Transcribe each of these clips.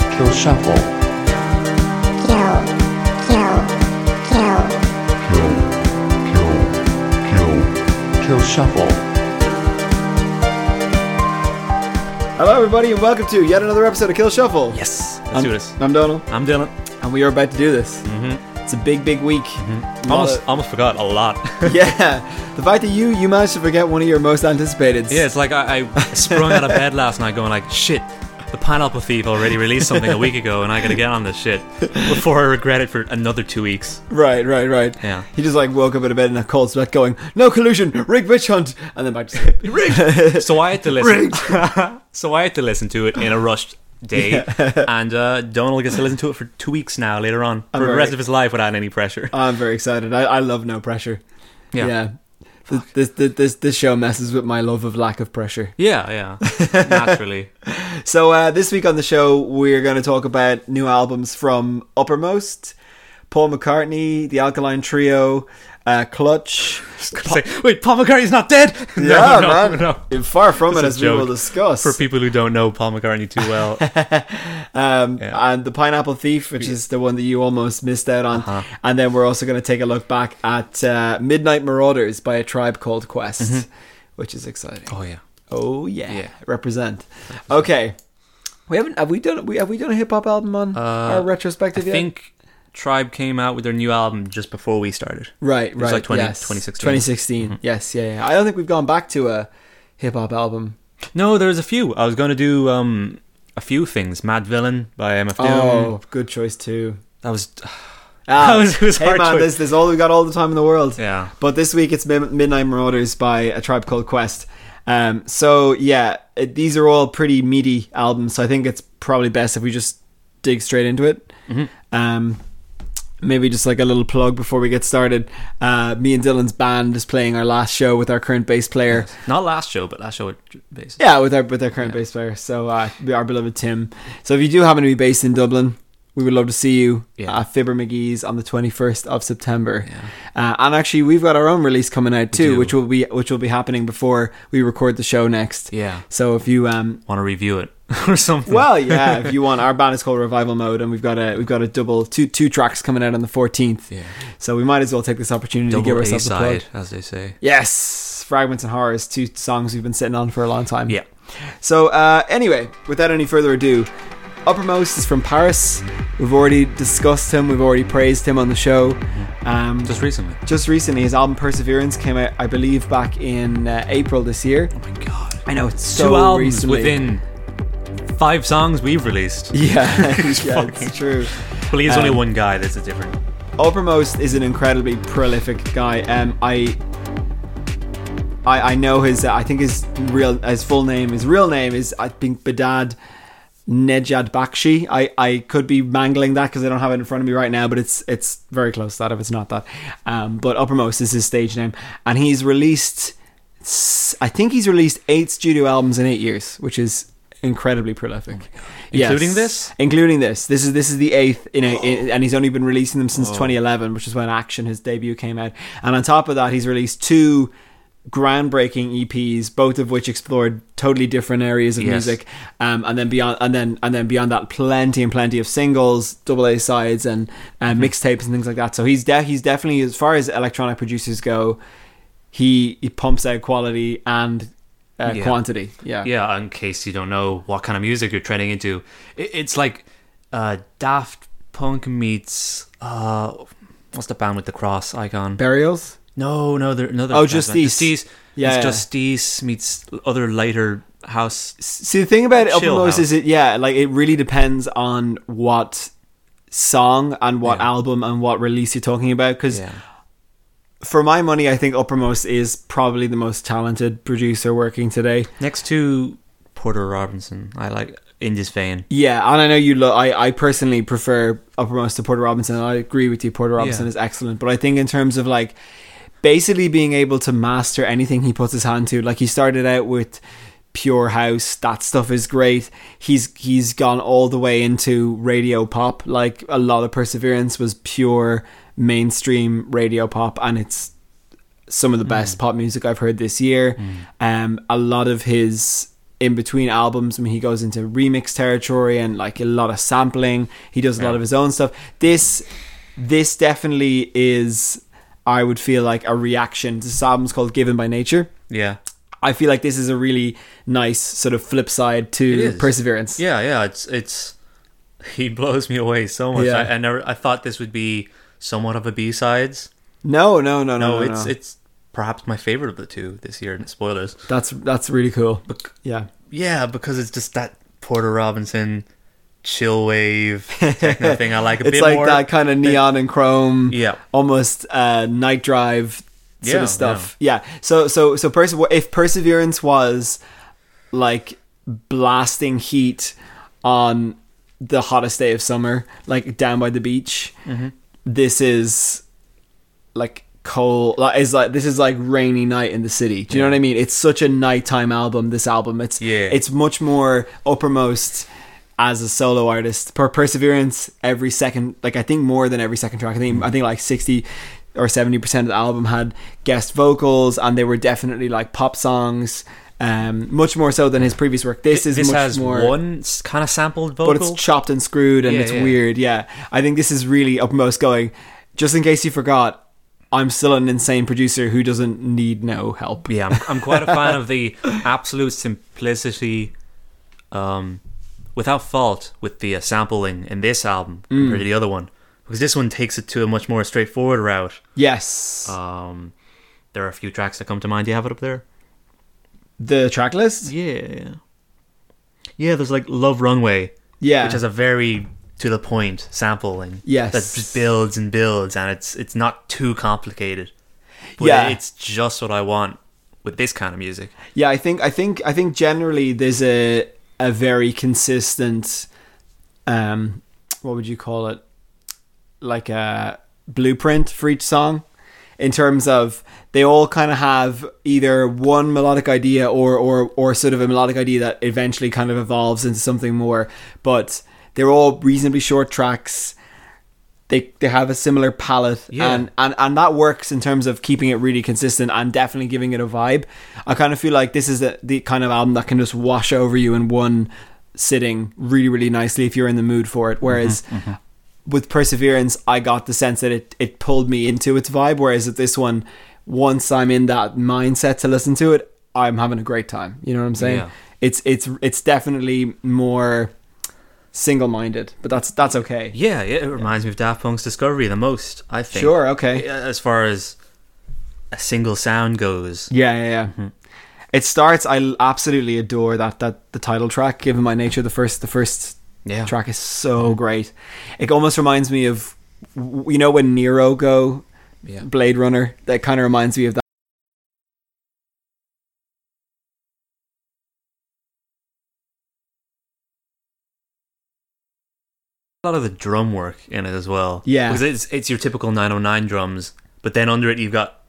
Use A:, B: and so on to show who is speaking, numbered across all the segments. A: shuffle.
B: kill, kill, kill,
C: kill, kill, kill.
A: Kill shuffle.
D: Hello, everybody, and welcome to yet another episode of Kill Shuffle.
E: Yes. Let's
D: I'm,
E: do this.
D: I'm Donald,
E: I'm Dylan.
D: and we are about to do this. Mm-hmm. It's a big, big week. A lot
E: Mm-hmm. Almost, almost forgot a lot.
D: of- yeah, the fact that you you managed to forget one of your most anticipated.
E: yeah, it's like I, I sprung out of bed last night going like, shit, the Pineapple Thief already released something a week ago and I gotta get on this shit before I regret it for another two weeks.
D: Right, right, right.
E: Yeah.
D: He just like woke up out of bed in a cold sweat, going, "No collusion, rigged witch hunt," and then back to sleep.
E: So I had to listen. so I had to listen to it in a rushed day and uh, Donald gets to listen to it for two weeks now later on for the
D: very-
E: rest of his life without any pressure.
D: I'm very excited. I, I love no pressure.
E: Yeah.
D: yeah. Th- This, this this this show messes with my love of lack of pressure.
E: Yeah, yeah. Naturally.
D: So uh, this week on the show, we're going to talk about new albums from Uppermost, Paul McCartney, The Alkaline Trio, uh, Clutch.
E: Say, Wait, Paul McCartney's not dead!
D: yeah,
E: no, no,
D: man.
E: no.
D: Far from it,
E: a
D: as we will
E: joke.
D: discuss.
E: For people who don't know Paul McCartney too well,
D: um,
E: Yeah.
D: And The Pineapple Thief, which is the one that you almost missed out on. And then we're also going to take a look back at uh, Midnight Marauders by A Tribe Called Quest, which is exciting.
E: oh yeah.
D: Mm-hmm. Oh yeah,
E: Yeah.
D: represent. Okay, we haven't have we done we have we done a hip hop album on our
E: I
D: retrospective yet?
E: think Tribe came out with their new album just before we started.
D: right,
E: was
D: right,
E: like 20
D: yes.
E: 2016.
D: 2016,
E: Mm-hmm.
D: Yes, yeah, yeah. I don't think we've gone back to a hip hop album.
E: No, there's a few. I was going to do um, a few things. Mad Villain by MF Doom.
D: Oh, good choice too.
E: That was
D: Ah,
E: That was- it was
D: hey
E: hard
D: man,
E: choice.
D: this this all we got all the time in the world.
E: Yeah.
D: But this week it's Mid- Midnight Marauders by A Tribe Called Quest. Um, so yeah, it, these are all pretty meaty albums. So I think it's probably best if we just dig straight into it.
E: Mm-hmm.
D: Um, maybe just like a little plug before we get started. Uh, me and Dylan's band is playing our last show with our current bass player.
E: not last show, but last show at basis.
D: Yeah, with our with our current bass player. So uh, our beloved Tim. So if you do happen to be based in Dublin, we would love to see you
E: Yeah.
D: at Fibber McGee's on the twenty first of September. Uh, and actually, we've got our own release coming out too,
E: do.
D: which will be which will be happening before we record the show next.
E: Yeah.
D: So if you um.
E: Want to review it or something?
D: Well, yeah. If you want, our band is called Revival Mode, and we've got a we've got a double two two tracks coming out on the fourteenth.
E: Yeah.
D: So we might as well take this opportunity
E: double
D: to give
E: A
D: ourselves a plug.
E: side, as they say.
D: Yes, Fragments and Horrors, two songs we've been sitting on for a long time.
E: Yeah.
D: So, uh, anyway, without any further ado, Uppermost is from Paris. We've already discussed him, we've already praised him on the show. Um,
E: Just recently.
D: just recently, his album Perseverance came out, I believe, back in uh, April this year.
E: Oh my god.
D: I know, it's
E: Two
D: so
E: albums
D: recently.
E: within five songs we've released.
D: Yeah, yeah
E: fucking-
D: it's true.
E: Well, he's only
D: Um,
E: one guy that's a different.
D: Uppermost is an incredibly prolific guy. Um, I, I, I know his. uh, I think his real, his full name, his real name is I think Badad Nejad Bakshi. I, I could be mangling that because I don't have it in front of me right now, but it's it's very close to that if it's not that. Um, but Uppermost is his stage name, and he's released. s- I think he's released eight studio albums in eight years, which is incredibly prolific. Yes.
E: Including this?
D: Including this. This is this is the eighth in, a, in and he's only been releasing them
E: Oh.
D: since 2011, which is when Action his debut came out. And on top of that, he's released two groundbreaking EPs, both of which explored totally different areas of
E: Yes.
D: music. Um, and then beyond and then and then beyond that, plenty and plenty of singles, double A sides, and uh,
E: Mm-hmm.
D: mixtapes and things like that. So he's de- he's definitely as far as electronic producers go, he, he pumps out quality and uh,
E: Yeah.
D: quantity. Yeah.
E: yeah in case you don't know what kind of music you're trending into it, it's like uh daft punk meets uh what's the band with the cross icon
D: Burials.
E: no no they're another
D: Oh,
E: band.
D: Justice.
E: justice
D: Yeah,
E: yeah
D: yeah.
E: it's justice meets other lighter house
D: See, the thing about
E: Chill
D: Uppermost
E: house.
D: is it, yeah, like it really depends on what song and what
E: Yeah.
D: album and what release you're talking about. Because
E: yeah
D: for my money, I think Uppermost is probably the most talented producer working today.
E: next to porter robinson i like in this vein
D: Yeah, and I know you. Lo- I I personally prefer Uppermost to Porter Robinson. And I agree with you. Porter Robinson
E: Yeah.
D: is excellent, but I think in terms of like basically being able to master anything he puts his hand to, like he started out with Pure House. That stuff is great. He's he's gone all the way into radio pop. Like a lot of Perseverance was pure mainstream radio pop, and it's
E: Mm.
D: some of the best pop music I've heard this year. Um, a lot of his in between albums. I mean, he goes into remix territory and like a lot of sampling. He does a lot of his own stuff. This this definitely is, I would feel like a reaction. This album's called "Given by Nature."
E: Yeah.
D: I feel like this is a really nice sort of flip side to
E: is.
D: Perseverance.
E: Yeah, yeah. It's it's he blows me away so much.
D: Yeah.
E: I, I never I thought this would be somewhat of a B sides.
D: No, no, no, no,
E: No,
D: no.
E: it's
D: no.
E: it's perhaps my favorite of the two this year. And spoilers.
D: that's that's really cool.
E: Bec-
D: Yeah.
E: yeah, because it's just that Porter Robinson chill wave techno thing. I like a
D: it's
E: bit
D: like
E: more.
D: that kind of neon and chrome
E: Yeah.
D: almost uh night drive sort
E: Yeah,
D: of stuff yeah, so so so perse- if perseverance was like blasting heat on the hottest day of summer like down by the beach
E: Mm-hmm.
D: this is like cold like is like this is like rainy night in the city do you know what i mean it's such a nighttime album this album it's
E: Yeah.
D: it's much more uppermost as a solo artist per perseverance every second like i think more than every second track i think i think like 60 or 70 percent of the album had guest vocals and they were definitely like pop songs um much more so than his previous work this is
E: this
D: much
E: has
D: more
E: one s- kind of sampled vocal.
D: but it's chopped and screwed and
E: Yeah,
D: it's
E: yeah.
D: weird. Yeah, I think this is really upmost going. Just in case you forgot, I'm still an insane producer who doesn't need no help.
E: yeah, I'm, I'm quite a fan of the absolute simplicity, um, without fault, with the uh, sampling in this album
D: Mm.
E: compared to the other one, because this one takes it to a much more straightforward route.
D: Yes,
E: Um, there are a few tracks that come to mind. Do you have it up there?
D: the track list.
E: Yeah, yeah. There's like Love Runway,
D: Yeah,
E: which has a very to the point sampling.
D: Yes.
E: that just builds and builds, and it's it's not too complicated. But
D: Yeah.
E: it's just what I want with this kind of music.
D: yeah. I think I think I think generally there's a a very consistent, um, what would you call it? Like a blueprint for each song. In terms of they all kind of have either one melodic idea or, or or sort of a melodic idea that eventually kind of evolves into something more, but they're all reasonably short tracks. They they have a similar palette
E: Yeah.
D: and, and and that works in terms of keeping it really consistent and definitely giving it a vibe. I kind of feel like this is the, the kind of album that can just wash over you in one sitting really really nicely if you're in the mood for it. Whereas
E: Mm-hmm,
D: with Perseverance, I got the sense that it it pulled me into its vibe. Whereas with this one, once I'm in that mindset to listen to it, I'm having a great time. You know what I'm saying?
E: Yeah.
D: It's it's it's definitely more single minded, but that's that's okay.
E: Yeah, yeah, it reminds me of Daft Punk's Discovery the most, I think.
D: Sure, okay.
E: Yeah, As far as a single sound goes.
D: Yeah, yeah, yeah. It starts. I l- absolutely adore that that the title track, "Given My Nature." The first, the first
E: Yeah.
D: track is so great. It almost reminds me of w- you know when Nero go
E: Yeah.
D: Blade Runner. That kind of reminds me of that.
E: A lot of the drum work in it as well.
D: Yeah.
E: Because it's, it's your typical 909 drums, but then under it you've got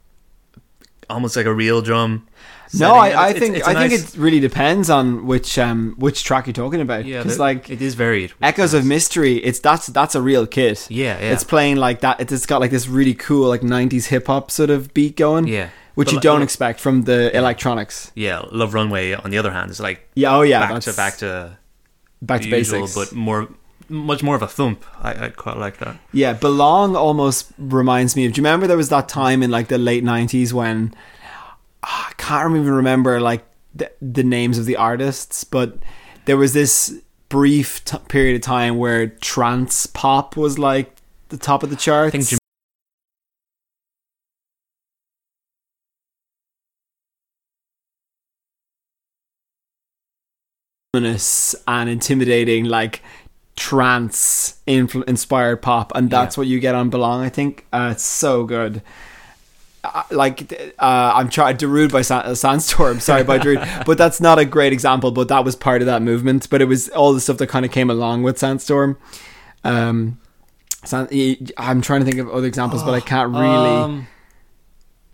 E: almost like a real drum.
D: No, I,
E: setting.
D: I
E: It's-
D: think
E: it's a
D: I think
E: nice-
D: it really depends on which um which track you're talking about.
E: yeah,
D: because
E: there-
D: like
E: it is varied.
D: Echoes of Mystery, it's that's that's a real kit.
E: Yeah, yeah.
D: It's playing like that. It's got like this really cool like '90s hip hop sort of beat going.
E: Yeah.
D: which
E: But
D: you
E: like-
D: don't expect from the electronics.
E: yeah, Love Runway on the other hand is like
D: Yeah, oh yeah,
E: back to
D: that's-
E: back to
D: back to
E: the usual,
D: basics.
E: but more much more of a thump. I, I quite like that.
D: yeah, belong almost reminds me of. Do you remember there was that time in like the late '90s when ah, I can't even remember like the, the names of the artists, but there was this brief t- period of time where trance pop was like the top of the charts.
E: think Jam- ominous
D: and intimidating, like trance influ- inspired pop, and that's
E: Yeah.
D: what you get on "Belong." I think uh, it's so good. Uh, like uh, I'm trying Darude by Sa- uh, Sandstorm, sorry by Darude, but that's not a great example. But that was part of that movement. But it was all the stuff that kind of came along with Sandstorm. Um, San- I'm trying to think of other examples, but I can't really.
E: Um,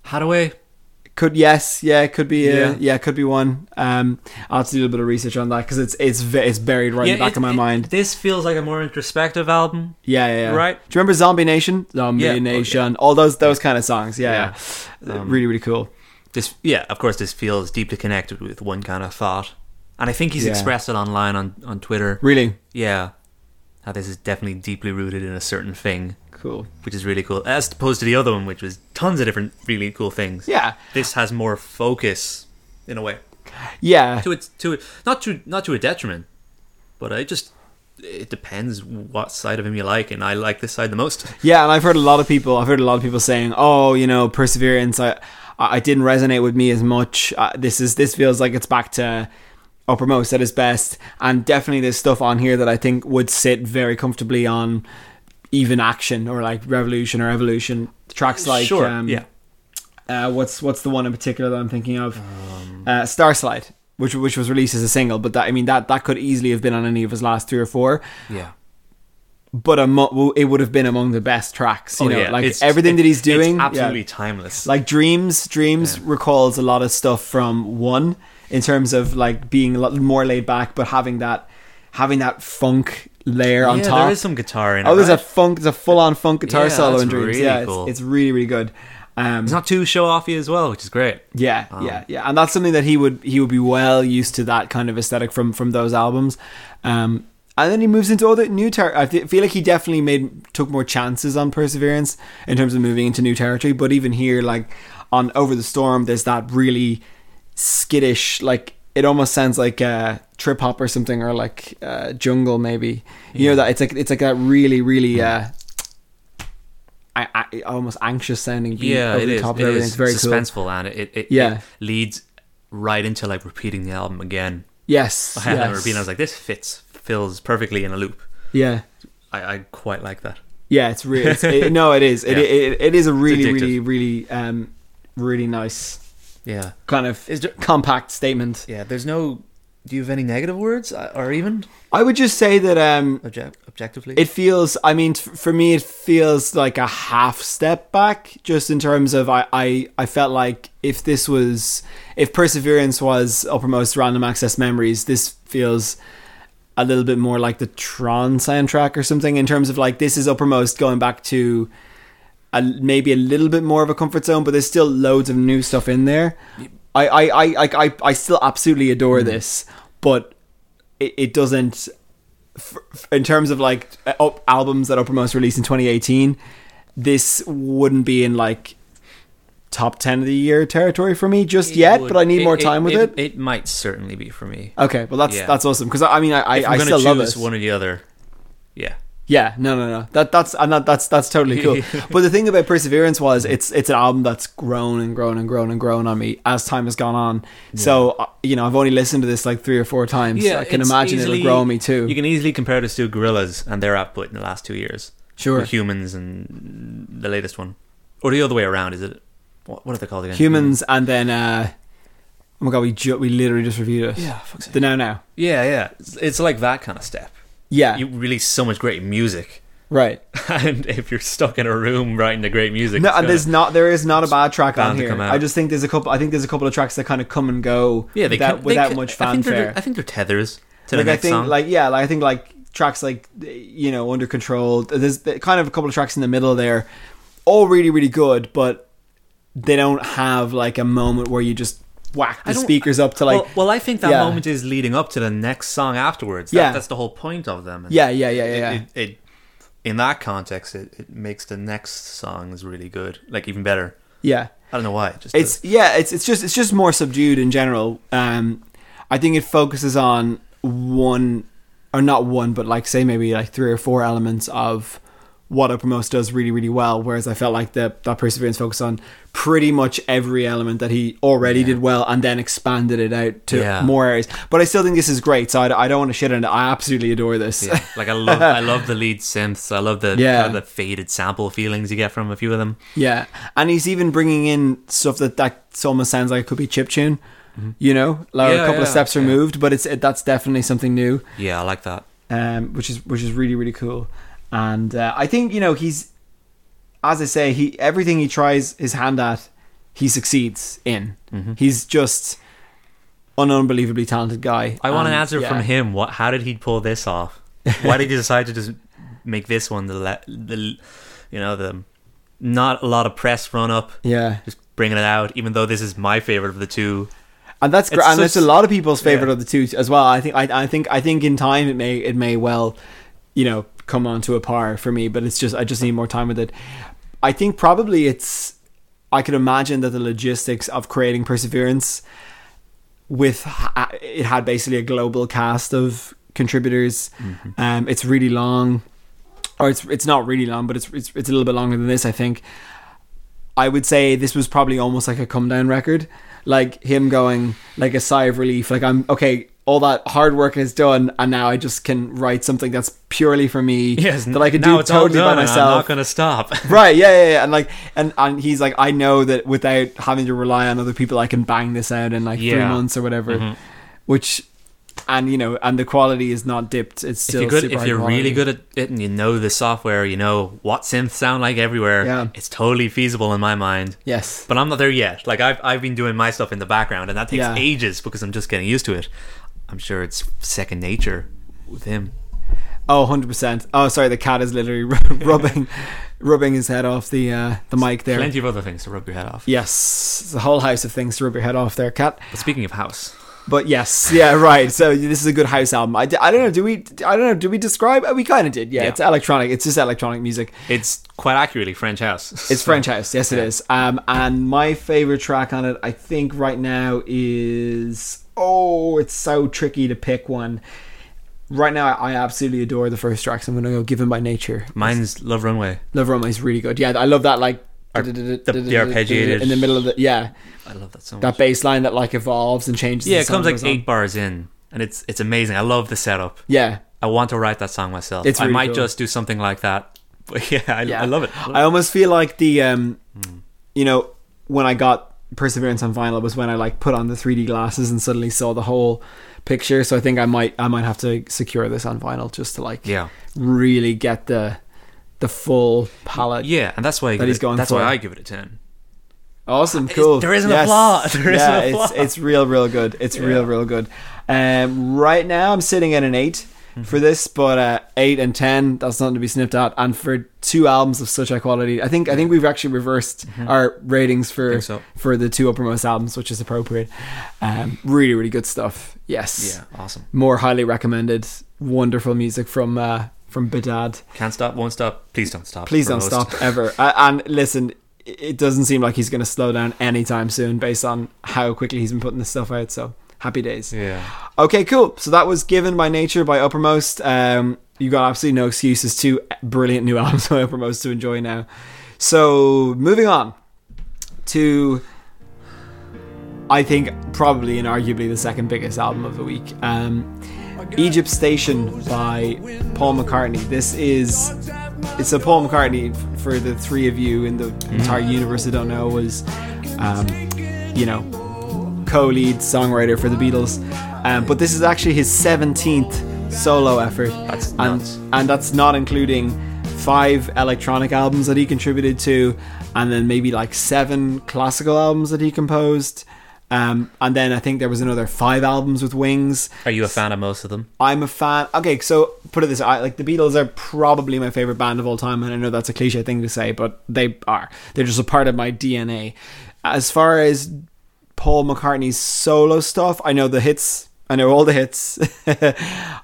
E: how do I?
D: Could yes, yeah, it could be a, yeah,
E: Yeah.
D: it could be one. Um, I'll have to do a little bit of research on that because it's it's ve- it's buried right in the back
E: it-
D: of my
E: it-
D: mind.
E: This feels like a more introspective album.
D: Yeah, yeah, yeah.
E: Right?
D: Do you remember Zombie Nation? Zombie
E: Yeah. Um, Oh,
D: Nation, all those those kind of songs. Yeah, yeah. really, really cool.
E: This, yeah, of course, this feels deeply connected with one kind of thought, and I think he's
D: Yeah.
E: expressed it online on on Twitter.
D: Really
E: Yeah, how this is definitely deeply rooted in a certain thing,
D: cool.
E: which is really cool, as opposed to the other one, which was tons of different really cool things.
D: Yeah,
E: this has more focus in a way
D: yeah,
E: to it to it not to not to a detriment, but I just it depends what side of him you like, and I like this side the most.
D: yeah. And I've heard a lot of people. I've heard a lot of people saying, "Oh, you know, perseverance. I, I I didn't resonate with me as much. Uh, this is this feels like it's back to." Uppermost at its best, and definitely there's stuff on here that I think would sit very comfortably on even action or like revolution or evolution tracks like
E: sure,
D: um,
E: yeah,
D: uh, what's what's the one in particular that I'm thinking of?
E: Um,
D: uh, Starslide, which which was released as a single, but that I mean that that could easily have been on any of his last three or four,
E: yeah.
D: but amo- it would have been among the best tracks. You know, like
E: Oh, It's-
D: everything
E: it-
D: that he's
E: it's
D: doing, yeah.
E: absolutely timeless.
D: Like Dreams, Dreams recalls a lot of stuff from One in terms of like being a lot more laid back, but having that having that funk layer on
E: yeah,
D: top.
E: there is some guitar in it.
D: oh, there's a
E: right?
D: funk, there's a full on funk guitar
E: Yeah,
D: solo
E: that's
D: in Dreams.
E: really
D: yeah, it's,
E: cool.
D: it's really really good. Um,
E: It's not too show offy as well, which is great.
D: Yeah,
E: Um,
D: yeah, yeah, and that's something that he would he would be well used to that kind of aesthetic from from those albums, um, and then he moves into other new territory. I fe- feel like he definitely made took more chances on Perseverance in terms of moving into new territory. But even here, like on Over the Storm, there's that really skittish, like it almost sounds like uh, trip hop or something, or like uh, jungle maybe. You know that it's like it's like that really really. Uh, I, I almost anxious sounding beat
E: Yeah,
D: over
E: it
D: the
E: is.
D: top
E: it
D: of everything.
E: is
D: It's very cool.
E: suspenseful, and it, it, it,
D: Yeah.
E: it leads right into like repeating the album again.
D: Yes.
E: I had that
D: yes.
E: repeating. I was like, this fits, fills perfectly in a loop.
D: yeah.
E: I, I quite like that.
D: Yeah, it's real. It's, it, no, it is. It,
E: Yeah.
D: it, it is a really,
E: addictive.
D: really, really, um, really nice
E: Yeah,
D: kind of
E: Is there-
D: compact statement.
E: yeah. There's no. Do you have any negative words, uh, or even
D: I would just say that um,
E: object, objectively?
D: It feels. I mean, t- for me, it feels like a half step back, just in terms of I, I, I felt like if this was, if Perseverance was uppermost random access memories, this feels a little bit more like the Tron soundtrack or something. In terms of like this is uppermost going back to. A, maybe a little bit more of a comfort zone, but there's still loads of new stuff in there. I I, I, I, I, I still absolutely adore this, but it, it doesn't f- f- in terms of like uh, up albums that Uppermost released in 2018, this wouldn't be in like top 10 of the year territory for me just yet,
E: would-
D: but I need more
E: it-
D: time with it.
E: it. might certainly be for me.
D: Okay, well that's
E: Yeah.
D: that's awesome because I, I mean I I,
E: If I'm
D: I
E: gonna
D: still
E: choose
D: love this
E: one or the other. Yeah,
D: Yeah, no, no, no. That that's and that, that's that's totally cool. but the thing about Perseverance was it's it's an album that's grown and grown and grown and grown on me as time has gone on. So uh, you know I've only listened to this like three or four times. I can
E: it's
D: imagine
E: easily-
D: it'll grow on me too.
E: You can easily compare this to Gorillas and their output in the last two years.
D: Sure.
E: The humans and the latest one, or the other way around? Is it? What, what are they called again?
D: Humans and then uh, oh my god, we ju- we literally just reviewed it.
E: Yeah, fuck's sake.
D: The now now.
E: yeah, yeah. It's, it's like that kind of step.
D: Yeah.
E: You release so much great music,
D: right.
E: and if you're stuck in a room writing the great music,
D: No,
E: it's
D: and
E: gonna-
D: there's not there is not a bad track on
E: bound to
D: here.
E: come out.
D: I just think there's a couple. I think there's a couple of tracks that kind of come and go.
E: yeah, they
D: without,
E: ca- they
D: without
E: ca-
D: much
E: I think they're-
D: fanfare.
E: I think they're tethers to the
D: like I
E: next
D: think
E: song.
D: like yeah, like I think like tracks like you know under control. There's th- kind of a couple of tracks in the middle there, all really really good, but they don't have like a moment where you just whack the
E: don't-
D: speakers up to like
E: well, well, I think that
D: yeah.
E: moment is leading up to the next song afterwards. That,
D: Yeah.
E: that's the whole point of them. And
D: yeah yeah yeah yeah. yeah.
E: It, it, it- in that context, it, it makes the next songs really good, like even better.
D: yeah.
E: I don't know why. It just
D: it's yeah it's it's just it's just more subdued in general um i think it focuses on one or not one but like say maybe like three or four elements of what uppermost does really really well whereas i felt like the, that perseverance focused on pretty much every element that he already did well and then expanded it out to
E: Yeah.
D: more areas but i still think this is great so i, I don't want to shit on it i absolutely adore this
E: does. like I love I love the lead synths. I love the
D: Yeah.
E: kind of the faded sample feelings you get from a few of them.
D: Yeah, and he's even bringing in stuff that that almost sounds like it could be chip tune, you know, like
E: Yeah,
D: a couple of
E: yeah,
D: steps
E: yeah.
D: removed, but it's it, that's definitely something new,
E: Yeah, I like that.
D: um, which is which is really really cool, and uh, I think you know he's, as I say, he everything he tries his hand at, he succeeds in.
E: Mm-hmm.
D: He's just an unbelievably talented guy.
E: I want an
D: and,
E: answer
D: Um, yeah.
E: from him. What? How did he pull this off? Why did he decide to just make this one the le- the you know the not a lot of press run up,
D: Yeah,
E: just bringing it out. Even though this is my favorite of the two,
D: and that's great.
E: It's
D: And it's a
E: just-
D: lot of people's favorite
E: yeah.
D: of the two as well. I think. I, I think. I think in time it may it may well, you know, come onto a par for me. But it's just I just need more time with it. I think probably it's. I could imagine that the logistics of creating Perseverance, with ha- it had basically a global cast of contributors.
E: Mm-hmm.
D: Um, it's really long, or it's it's not really long, but it's it's it's a little bit longer than this, I think. I would say this was probably almost like a come down record, like him going like a sigh of relief, like I'm okay. All that hard work is done, and now I just can write something that's purely for me
E: Yes,
D: that I can
E: now
D: do
E: it's all
D: totally by
E: done and I'm
D: myself.
E: not gonna stop.
D: right? Yeah, yeah, yeah, and like, and and he's like, I know that without having to rely on other people, I can bang this out in like three
E: Yeah. Mm-hmm.
D: months or whatever. Which, and you know, and the quality is not dipped; it's
E: if
D: still
E: you're good,
D: super
E: if
D: high
E: you're
D: quality.
E: really good at it and you know the software, you know what synths sound like everywhere.
D: Yeah.
E: It's totally feasible in my mind.
D: Yes.
E: But I'm not there yet. Like I've I've been doing my stuff in the background, and that takes
D: Yeah.
E: ages because I'm just getting used to it. I'm sure it's second nature with him.
D: Oh, 100%. Oh, sorry, the cat is literally rubbing rubbing his head off the uh, the mic there.
E: Plenty of other things to rub your head off.
D: Yes, it's a whole house of things to rub your head off there, cat.
E: But speaking of house,
D: But yes, yeah, right. So this is a good house album. I, d- I don't know. Do we? I don't know. Do we describe? We kind of did. Yeah,
E: Yeah.
D: it's electronic. It's just electronic music.
E: it's quite accurately French house.
D: It's French house. Yes, it is. Um, and my favorite track on it, I think, right now is oh, it's so tricky to pick one. Right now, I I absolutely adore the first track. So I'm going to go "Given by Nature."
E: Mine's Love Runway.
D: Love Runway is really good. Yeah, I love that like
E: Ar- the- the arpeggiated-
D: in the middle of the yeah
E: I love that so much.
D: that bass line that like evolves and changes.
E: yeah,
D: as
E: it
D: the
E: comes
D: song
E: like
D: goes on.
E: eight bars in, and it's it's amazing. I love the setup.
D: Yeah,
E: I want to write that song myself.
D: It's really
E: I might
D: cool.
E: just do something like that. But yeah, I,
D: yeah,
E: I love it. Hmm.
D: I almost feel like the um, you know, when I got Perseverance on vinyl was when I like put on the 3D glasses and suddenly saw the whole picture. So I think I might I might have to secure this on vinyl just to like
E: yeah,
D: really get the the full palette.
E: yeah, and that's why I
D: That
E: give
D: he's
E: it-
D: going
E: that's
D: for
E: why
D: it.
E: I give it a ten.
D: Awesome,
E: It's-
D: cool.
E: there isn't a flaw.
D: yeah,
E: There isn't a
D: it's
E: flaw.
D: it's real, real good. It's real, real good. Um, right now I'm sitting at an 8
E: Mm-hmm.
D: for this, but uh, eight and ten that's nothing to be snipped at. And for two albums of such high quality, I think I think we've actually reversed our ratings for
E: Mm-hmm. Think so.
D: for the two uppermost albums, which is appropriate. Um, really, really good stuff. Yes,
E: Yeah, awesome.
D: more highly recommended. Wonderful music from uh, from Bedad.
E: Can't stop, won't stop. Please don't stop.
D: Please
E: for
D: don't
E: most.
D: stop ever. Uh, and listen, i- it doesn't seem like he's going to slow down anytime soon based on how quickly he's been putting this stuff out. So happy days.
E: Yeah.
D: Okay, cool. So that was Given by Nature by Uppermost. Um, you got absolutely no excuses. Two brilliant new albums by Uppermost to enjoy now. So moving on to. I think probably and arguably the second biggest album of the week. Um, Egypt Station by Paul McCartney. This is it's a Paul McCartney f- for the three of you in the
E: Mm.
D: entire universe that don't know was, um, you know, co-lead songwriter for the Beatles. Um, but this is actually his 17th solo effort.
E: That's
D: and,
E: nuts.
D: and that's not including five electronic albums that he contributed to, and then maybe like seven classical albums that he composed. Um, and then I think there was another five albums with Wings.
E: Are you a fan of most of them?
D: I'm a fan. Okay, so put it this way: I, like the Beatles are probably my favorite band of all time, and I know that's a cliche thing to say, but they are. They're just a part of my DNA. As far as Paul McCartney's solo stuff, I know the hits. I know all the hits.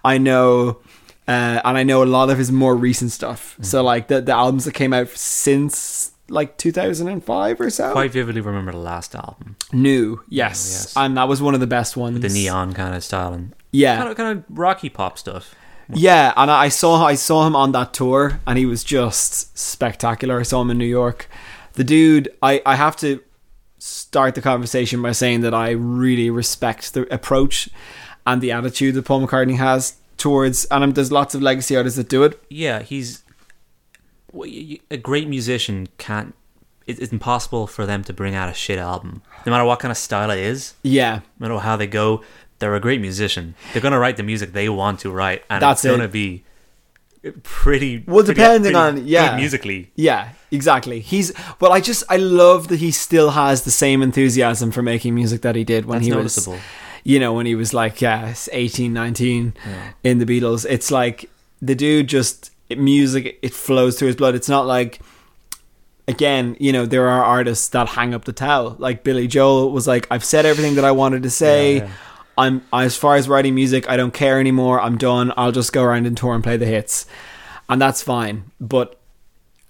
D: I know, uh, and I know a lot of his more recent stuff.
E: Mm-hmm.
D: So like the the albums that came out since like 2005 or so.
E: Quite vividly remember the last album,
D: new, yes.
E: Yes.
D: and that was one of the best ones.
E: the neon kind of style and
D: yeah,
E: kind of kind of rocky pop stuff.
D: Yeah, and I I saw I saw him on that tour, and he was just spectacular. I saw him in New York. The dude, I I have to start the conversation by saying that I really respect the approach and the attitude that Paul McCartney has towards, and um, there's lots of legacy artists that do it.
E: Yeah, he's well, y- y- a great musician. Can't it, it's impossible for them to bring out a shit album, no matter what kind of style it is.
D: Yeah,
E: no matter how they go, they're a great musician. They're gonna write the music they want to write, and
D: That's
E: it's
D: it.
E: gonna be pretty.
D: Well,
E: pretty-
D: depending
E: pretty
D: on-
E: good
D: yeah.
E: musically.
D: Yeah, exactly. He's well. I just I love that he still has the same enthusiasm for making music that he did when
E: That's
D: he
E: noticeable.
D: was, you know, when he was like yeah, 18, 19 in the Beatles. It's like the dude just music. It flows through his blood. It's not like again, you know, there are artists that hang up the towel. Like Billy Joel was like, I've said everything that I wanted to say.
E: Yeah, yeah.
D: I'm as far as writing music, I don't care anymore. I'm done. I'll just go around and tour and play the hits. And that's fine. But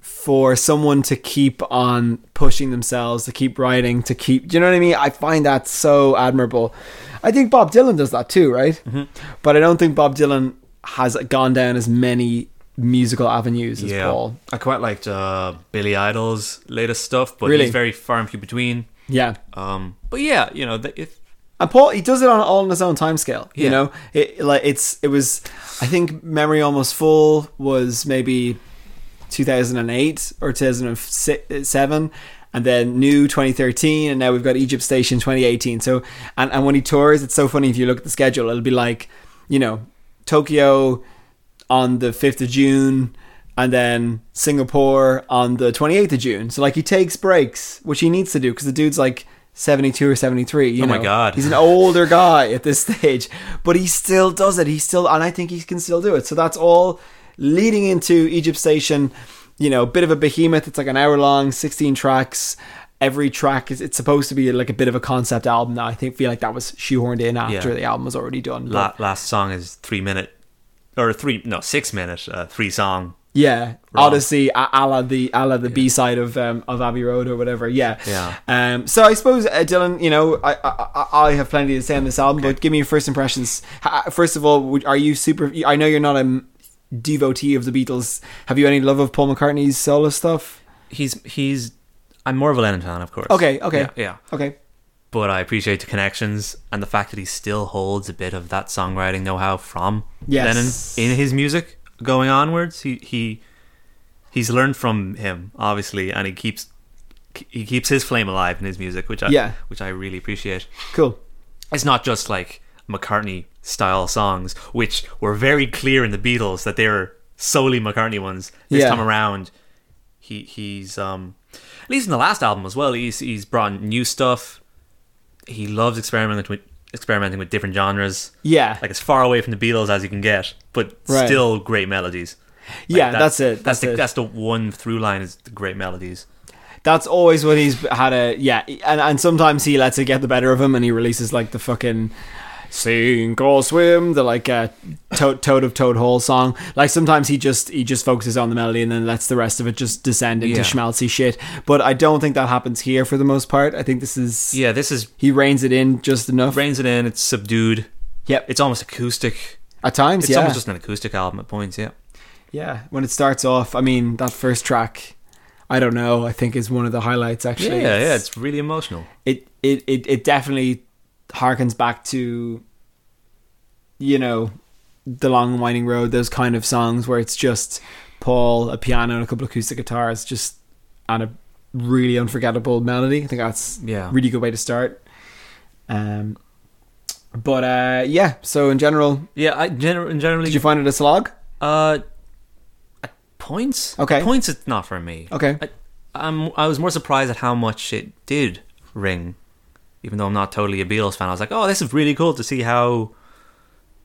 D: for someone to keep on pushing themselves, to keep writing, to keep, do you know what I mean? I find that so admirable. I think Bob Dylan does that too, right?
E: Mm-hmm.
D: But I don't think Bob Dylan has gone down as many musical avenues as Paul.
E: I quite liked uh, Billy Idol's latest stuff, but
D: Really?
E: he's very far and few between.
D: Yeah.
E: Um, but yeah, you know, the, if
D: And Paul, he does it on all on his own timescale. You
E: Yeah.
D: know, it like it's it was. I think Memory Almost Full was maybe 2008 or 2007, and then New 2013, and now we've got Egypt Station 2018. So, and and when he tours, it's so funny if you look at the schedule. It'll be like, you know, Tokyo on the 5th of June. And then Singapore on the 28th of June. So, like, he takes breaks, which he needs to do because the dude's like 72 or 73. You
E: Oh my
D: know?
E: God.
D: He's an older guy at this stage, but he still does it. He still, and I think he can still do it. So that's all leading into Egypt Station. You know, bit of a behemoth. It's like an hour long, sixteen tracks. Every track is it's supposed to be like a bit of a concept album. Now I think feel like that was shoehorned in after
E: Yeah.
D: the album was already done. But
E: la- last song is three minute or three no six minute uh, three song
D: yeah,
E: Wrong.
D: Odyssey, a a la the a la the B side of um, of Abbey Road or whatever. Yeah,
E: Yeah.
D: Um, so I suppose uh, Dylan, you know, I, I I- I have plenty to say on this album, but give me your first impressions. Ha- First of all, would- are you super? I know you're not a m- devotee of the Beatles. Have you any love of Paul McCartney's solo stuff?
E: he's he's I'm more of a Lennon fan, of course.
D: Okay, okay.
E: yeah, yeah.
D: Okay,
E: But I appreciate the connections and the fact that he still holds a bit of that songwriting know-how from
D: Yes.
E: Lennon in his music going onwards. He he he's learned from him obviously, and he keeps he keeps his flame alive in his music, which I
D: Yeah.
E: which I really appreciate.
D: cool.
E: It's not just like McCartney style songs, which were very clear in the Beatles that they were solely McCartney ones. This
D: Yeah.
E: time around, he he's um at least in the last album as well. He's he's brought new stuff. He loves experimenting with experimenting with different genres.
D: Yeah,
E: Like as far away from the Beatles as you can get, but
D: Right.
E: still great melodies. Like,
D: Yeah, that's it, that's
E: That's, the
D: it.
E: that's the one through line is the great melodies.
D: That's always what he's had a yeah, and and sometimes he lets it get the better of him, and he releases like the fucking sink or swim, the like uh, toad, toad of Toad Hall song. Like sometimes he just he just focuses on the melody and then lets the rest of it just descend into
E: Yeah.
D: schmaltzy shit. But I don't think that happens here for the most part. I think this is
E: Yeah, this is
D: he reins it in just enough.
E: reins it in. It's subdued.
D: Yep.
E: it's almost acoustic.
D: at times,
E: It's
D: yeah,
E: almost just an acoustic album at points, yeah.
D: yeah. When it starts off, I mean that first track. I don't know. I think is one of the highlights. Actually,
E: yeah, yeah,
D: It's-
E: it's really emotional.
D: it it it, it definitely harkens back to you know the long and winding road those kind of songs where it's just paul a piano and a couple of acoustic guitars just and a really unforgettable melody i think that's
E: Yeah.
D: really good way to start um but uh yeah so in general
E: Yeah, I gener- generally
D: did you find it a slog
E: uh at points.
D: Okay.
E: points it's not for me.
D: Okay.
E: I, I'm I was more surprised at how much it did ring, even though I'm not totally a Beatles fan. I was like, oh, this is really cool to see how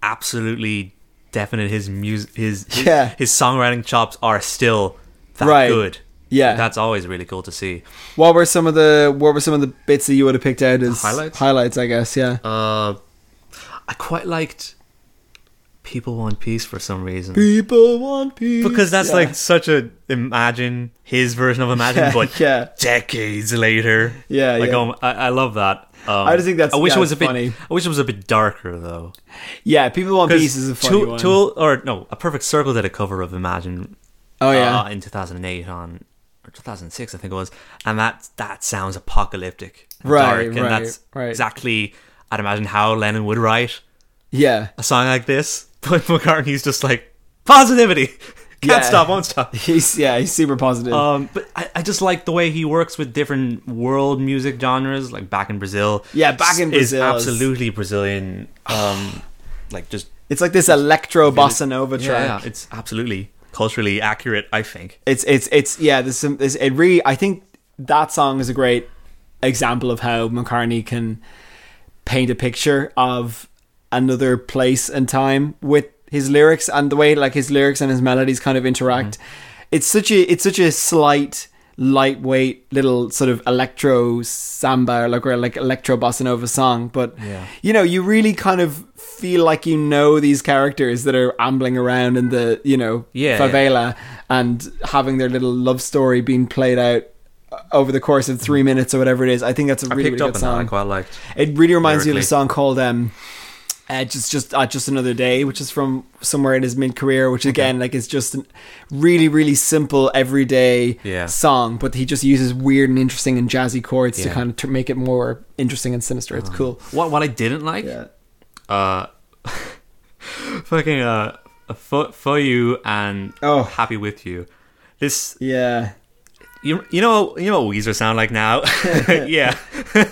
E: absolutely definite his music his, his
D: Yeah.
E: his songwriting chops are still that
D: Right.
E: good.
D: Yeah.
E: that's always really cool to see.
D: what were some of the what were some of the bits that you would have picked out as
E: Highlights?
D: highlights i guess yeah
E: Uh, I quite liked People Want Peace for some reason.
D: people want peace
E: because that's
D: Yeah.
E: like such a imagine his version of imagine
D: Yeah,
E: but
D: yeah.
E: decades later
D: Yeah,
E: like
D: yeah.
E: um, I, I love that um,
D: I just think that's-
E: I wish
D: yeah,
E: it was a
D: it's funny.
E: bit I wish it was a bit darker though
D: yeah people want peace is a funny
E: Tool,
D: one
E: Tool or no a perfect circle did a cover of Imagine
D: Oh, yeah.
E: uh, in 2008 on or 2006 I think it was and that that sounds apocalyptic and
D: Right,
E: dark, and
D: right,
E: that's
D: right.
E: exactly I'd imagine how Lennon would write
D: yeah
E: a song like this but McCartney's just like positivity
D: Yeah.
E: can't stop won't stop
D: He's yeah, he's super positive.
E: Um, but I, I just like the way he works with different world music genres, like back in Brazil.
D: Yeah, Back in
E: is
D: Brazil is-
E: absolutely Brazilian. Um, like just
D: it's like this electro bossa nova
E: yeah,
D: track.
E: it's absolutely culturally accurate. I think.
D: It's it's it's yeah. There's some. There's, it really. I think that song is a great example of how McCartney can paint a picture of another place and time with his lyrics and the way like his lyrics and his melodies kind of interact. It's such a it's such a slight lightweight little sort of electro samba or like or like electro bossa nova song but
E: Yeah.
D: you know you really kind of feel like you know these characters that are ambling around in the you know
E: Yeah,
D: favela and having their little love story being played out uh, over the course of three minutes or whatever it is i think that's a
E: I
D: really,
E: picked
D: really
E: up
D: good
E: on that. I
D: song
E: quite liked.
D: it really reminds you of a
E: Lyrically.
D: song called um, uh, just just uh, just another day, which is from somewhere in his mid career, which again like is just a really really simple everyday
E: Yeah.
D: song, but he just uses weird and interesting and jazzy chords to
E: Yeah. Uh-huh.
D: kind of t- make it more interesting and sinister. It's cool.
E: What what I didn't like,
D: Yeah.
E: uh, fucking uh, for, for you and
D: Oh.
E: happy with you. This
D: Yeah.
E: you you know you know what Weezer sound like now. yeah, a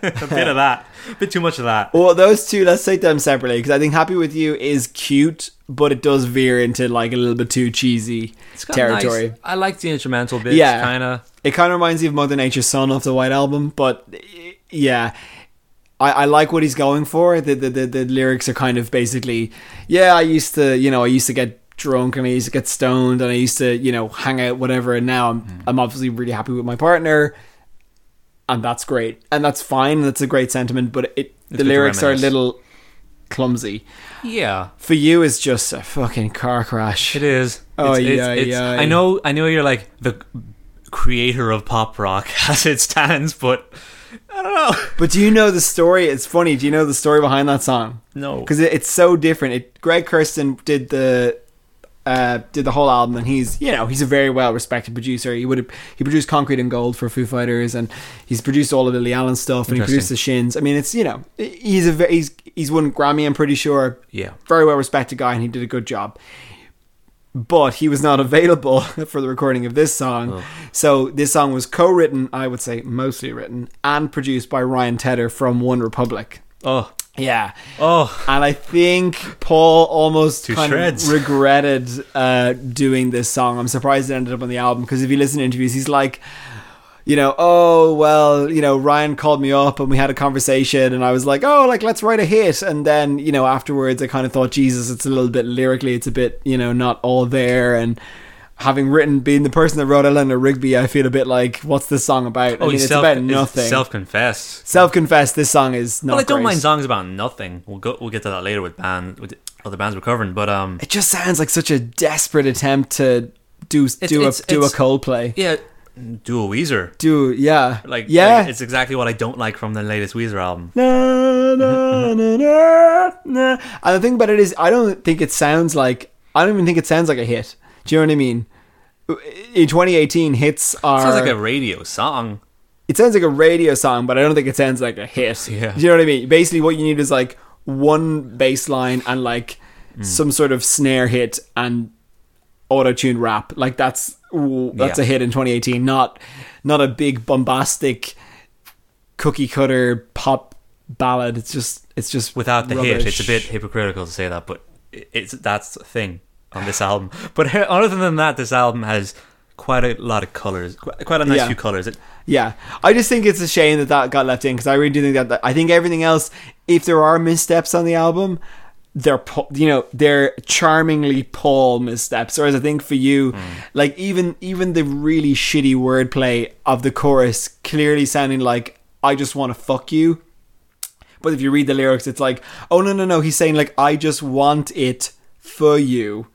E: bit of that, a bit too much of that.
D: Well, those two, let's take them separately because I think "Happy with You" is cute, but it does veer into like a little bit too cheesy
E: It's got
D: territory.
E: nice- I like the instrumental bits.
D: Yeah.
E: kind of.
D: It kind of reminds me of Mother Nature's Son off the White Album, but eh, yeah, I, I like what he's going for. The, the the the lyrics are kind of basically, yeah, I used to, you know, I used to get drunk and I used to get stoned and I used to, you know, hang out whatever, and now I'm
E: Mm-hmm.
D: I'm obviously really happy with my partner, and that's great, and that's fine, that's a great sentiment, but it
E: good
D: the
E: to
D: lyrics are a
E: reminisce.
D: little clumsy.
E: Yeah,
D: For you is just a fucking car crash.
E: it is.
D: Oh,
E: It's- it's-
D: yeah,
E: it's-
D: yeah.
E: I know. I know you're like the creator of pop rock as it stands, but I don't know.
D: But do you know the story? It's funny. Do you know the story behind that song?
E: No.
D: because it, it's so different. It, Greg Kirsten did the uh, did the whole album, and he's you know he's a very well respected producer. He would have he produced Concrete and Gold for Foo Fighters, and he's produced all of the Lee Allen stuff, and he
E: Interesting.
D: produced the Shins. I mean, it's you know he's a ve- he's he's won Grammy, I'm pretty sure.
E: Yeah.
D: very well respected guy, and he did a good job. But he was not available for the recording of this song. So this song was co-written, I would say mostly written, and produced by Ryan Tedder from One Republic.
E: Oh,
D: Yeah.
E: oh,
D: And I think Paul almost
E: To
D: kind
E: shreds.
D: of regretted uh, doing this song. I'm surprised it ended up on the album because if you listen to interviews, he's like, you know, oh well, you know, Ryan called me up and we had a conversation, and I was like, oh, like let's write a hit, and then you know afterwards, I kind of thought, Jesus, it's a little bit lyrically, it's a bit, you know, not all there, and. Having written, being the person that wrote Eleanor Rigby, I feel a bit like, what's this song about? I
E: oh.
D: mean,
E: he's
D: it's
E: self,
D: about nothing.
E: Self confessed.
D: Self confessed, this song is not.
E: Well, I don't
D: great.
E: mind songs about nothing. We'll go. We'll get to that later with band with other bands we're covering. But um,
D: it just sounds like such a desperate attempt to do do
E: it's-
D: a do a
E: it's-
D: Coldplay.
E: yeah, do a Weezer.
D: Do yeah,
E: Like
D: yeah.
E: like, it's exactly what I don't like from the latest Weezer album.
D: na, na, na, na, na. And the thing about it is, I don't think it sounds like I don't even think it sounds like a hit. Do you know what I mean? In 2018, hits are.
E: It sounds like a radio song.
D: it sounds like a radio song, but I don't think it sounds like a hit.
E: Yeah.
D: Do you know what I mean? Basically, what you need is like one bass line and like
E: Hmm.
D: some sort of snare hit and auto-tuned rap. Like that's ooh, that's
E: Yeah.
D: a hit in 2018. Not not a big bombastic cookie cutter pop ballad. It's just it's just
E: Without the hit, it's a bit
D: rubbish.
E: hypocritical to say that, but it- it's that's a thing on this album. But other than that, this album has quite a lot of colors, quite a nice
D: Yeah.
E: few colors. It,
D: Yeah, I just think it's a shame that that got left in because I really do think that, that- I think everything else, if there are missteps on the album, they're pu- you know they're charmingly Paul missteps. Whereas I think for you, like even even the really shitty wordplay of the chorus clearly sounding like I just want to fuck you. But if you read the lyrics, it's like, oh no no no, he's saying like I just want it for you.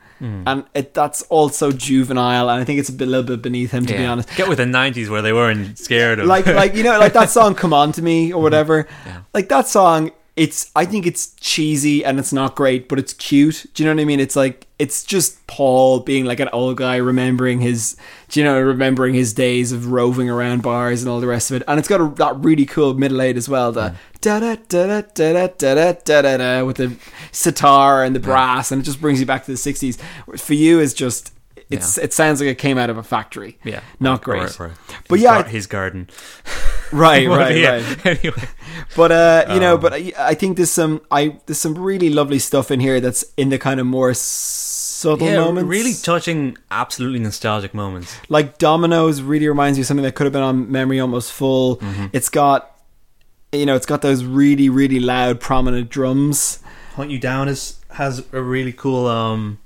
D: And it, that's also juvenile, and I think it's a bit, little bit beneath him, to be honest
E: get with the '90s where they weren't scared of
D: like like you know like that song come on to me or whatever like that song it's i think it's cheesy and it's not great but it's cute do you know what i mean it's like it's just paul being like an old guy remembering his do you know remembering his days of roving around bars and all the rest of it and it's got a, that really cool middle eight as well the da da da da da da da da da da with the sitar and the brass and it just brings you back to the 60s for you is just it's it sounds like it came out of a factory
E: yeah,
D: not
E: Or-
D: great
E: or
D: But
E: his
D: yeah,
E: gar- his garden.
D: right right
E: Yeah. Um,
D: right
E: anyway,
D: but uh, you know, but I, I think there's some I there's some really lovely stuff in here that's in the kind of more subtle
E: yeah,
D: moments.
E: really touching, absolutely nostalgic moments.
D: like Dominoes really reminds me of something that could have been on Memory Almost Full.
E: Mm-hmm.
D: It's got you know, it's got those really really loud prominent drums.
E: Hunt You Down is has a really cool um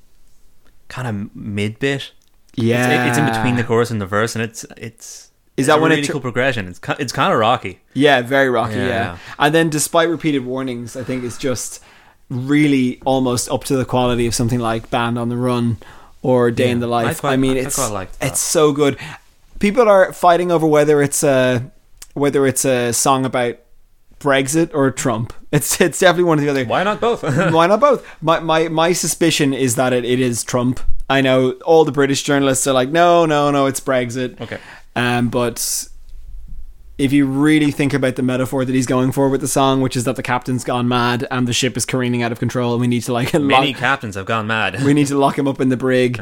E: kind of mid bit. It's,
D: Yeah,
E: it's in between the chorus and the verse, and it's it's
D: Is that
E: a
D: when it
E: really
D: tur-
E: cool progression? It's ki- it's kind of rocky.
D: Yeah, very rocky. Yeah,
E: Yeah, yeah.
D: and then despite repeated warnings, I think it's just really almost up to the quality of something like Band on the Run or Day in
E: Yeah,
D: the Life.
E: I
D: I,
E: quite- I
D: mean,
E: quite
D: it's
E: liked that.
D: it's so good. People are fighting over whether it's a whether it's a song about Brexit or Trump. It's it's definitely one or the other.
E: Why not both?
D: Why not both? My my, my suspicion is that it, it is Trump. I know all the British journalists are like, no, no, no, it's Brexit.
E: Okay.
D: Um, but if you really think about the metaphor that he's going for with the song, which is that the captain's gone mad and the ship is careening out of control, and we need to like
E: Many
D: lock,
E: captains have gone mad.
D: we need to lock him up in the brig.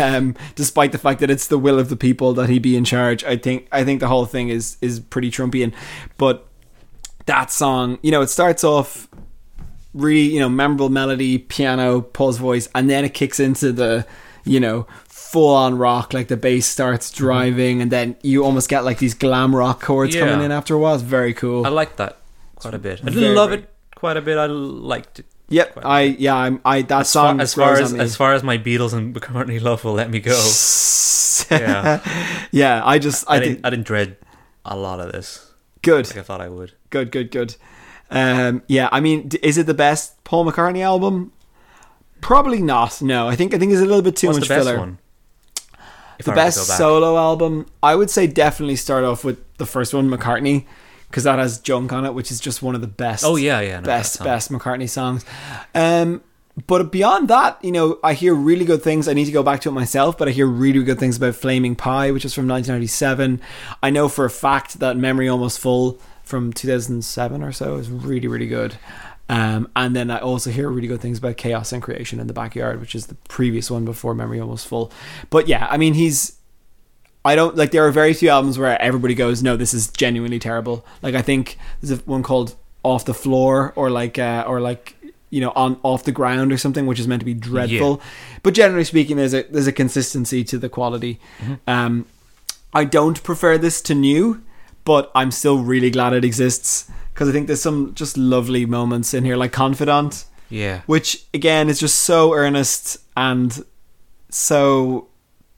D: Um, despite the fact that it's the will of the people that he be in charge, I think I think the whole thing is is pretty Trumpian. But that song, you know, it starts off really, you know, memorable melody, piano, Paul's voice, and then it kicks into the, you know, full on rock, like the bass starts
E: Mm-hmm.
D: driving, and then you almost get like these glam rock chords
E: Yeah.
D: coming in after a while. It's very cool.
E: I liked that quite a bit. I
D: Very,
E: didn't love
D: very-
E: it quite a bit. I liked it.
D: yep,
E: quite
D: I yeah, I'm I that
E: As far-
D: song
E: as far
D: grows
E: as
D: on me.
E: as far as my Beatles and McCartney love will let me go. Yeah.
D: yeah, I just I,
E: I,
D: think
E: didn't I didn't dread a lot of this
D: good,
E: like I thought I would.
D: good, good, good. Um, yeah, I mean, d- is it the best Paul McCartney album? Probably not. No, I think I think it's a little bit too
E: What's
D: much
E: the best
D: filler.
E: one? If
D: the
E: I were to
D: best
E: go back.
D: solo album i would say definitely start off with the first one mccartney because that has junk on it which is just one of the best
E: Oh yeah, yeah. no, that
D: best
E: song.
D: best mccartney songs um but beyond that you know i hear really good things i need to go back to it myself but i hear really good things about flaming pie which is from 1997 i know for a fact that memory almost full from 2007 or so is really really good um, and then I also hear really good things about Chaos and Creation in the Backyard, which is the previous one before Memory Almost Full. But yeah, I mean, he's I don't like. There are very few albums where everybody goes, "No, this is genuinely terrible." Like I think there's a one called "Off the Floor" or like uh, or like you know on off the ground or something, which is meant to be dreadful. But generally speaking, there's a there's a consistency to the quality. Um, I don't prefer this to new, but I'm still really glad it exists because I think there's some just lovely moments in here, like "Confidant,"
E: Yeah.
D: which again is just so earnest and so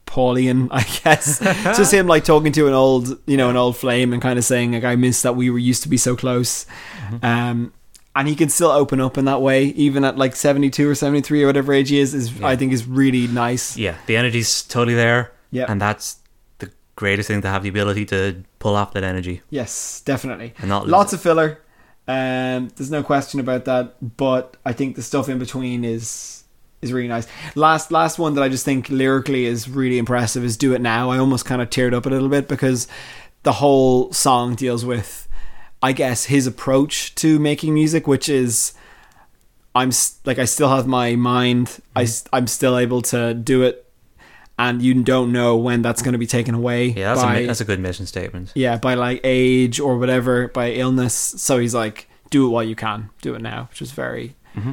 D: Paulian, I guess. it's just him like talking to an old, you know, an old flame and kind of saying, like, I miss that we were used to be so close. Um, and he can still open up in that way, even at like 72 or 73 or whatever age he is, is I think is really nice.
E: Yeah, the energy's totally there.
D: Yeah.
E: And that's the greatest thing to have the ability to pull off that energy.
D: Yes, definitely.
E: And not lose
D: Lots
E: it.
D: of filler. Um, there's no question about that. But I think the stuff in between is is really nice. Last last one that I just think lyrically is really impressive is "Do It Now." I almost kind of teared up a little bit because the whole song deals with, I guess, his approach to making music, which is. I'm s- like I still have my mind. I
E: Mm-hmm.
D: s- I'm still able to do it, and you don't know when that's going to be taken away.
E: Yeah, that's,
D: by-
E: a, mi- that's a good mission statement.
D: yeah, by like age or whatever, by illness. So he's like, do it while you can, do it now, which is very
E: Mm-hmm.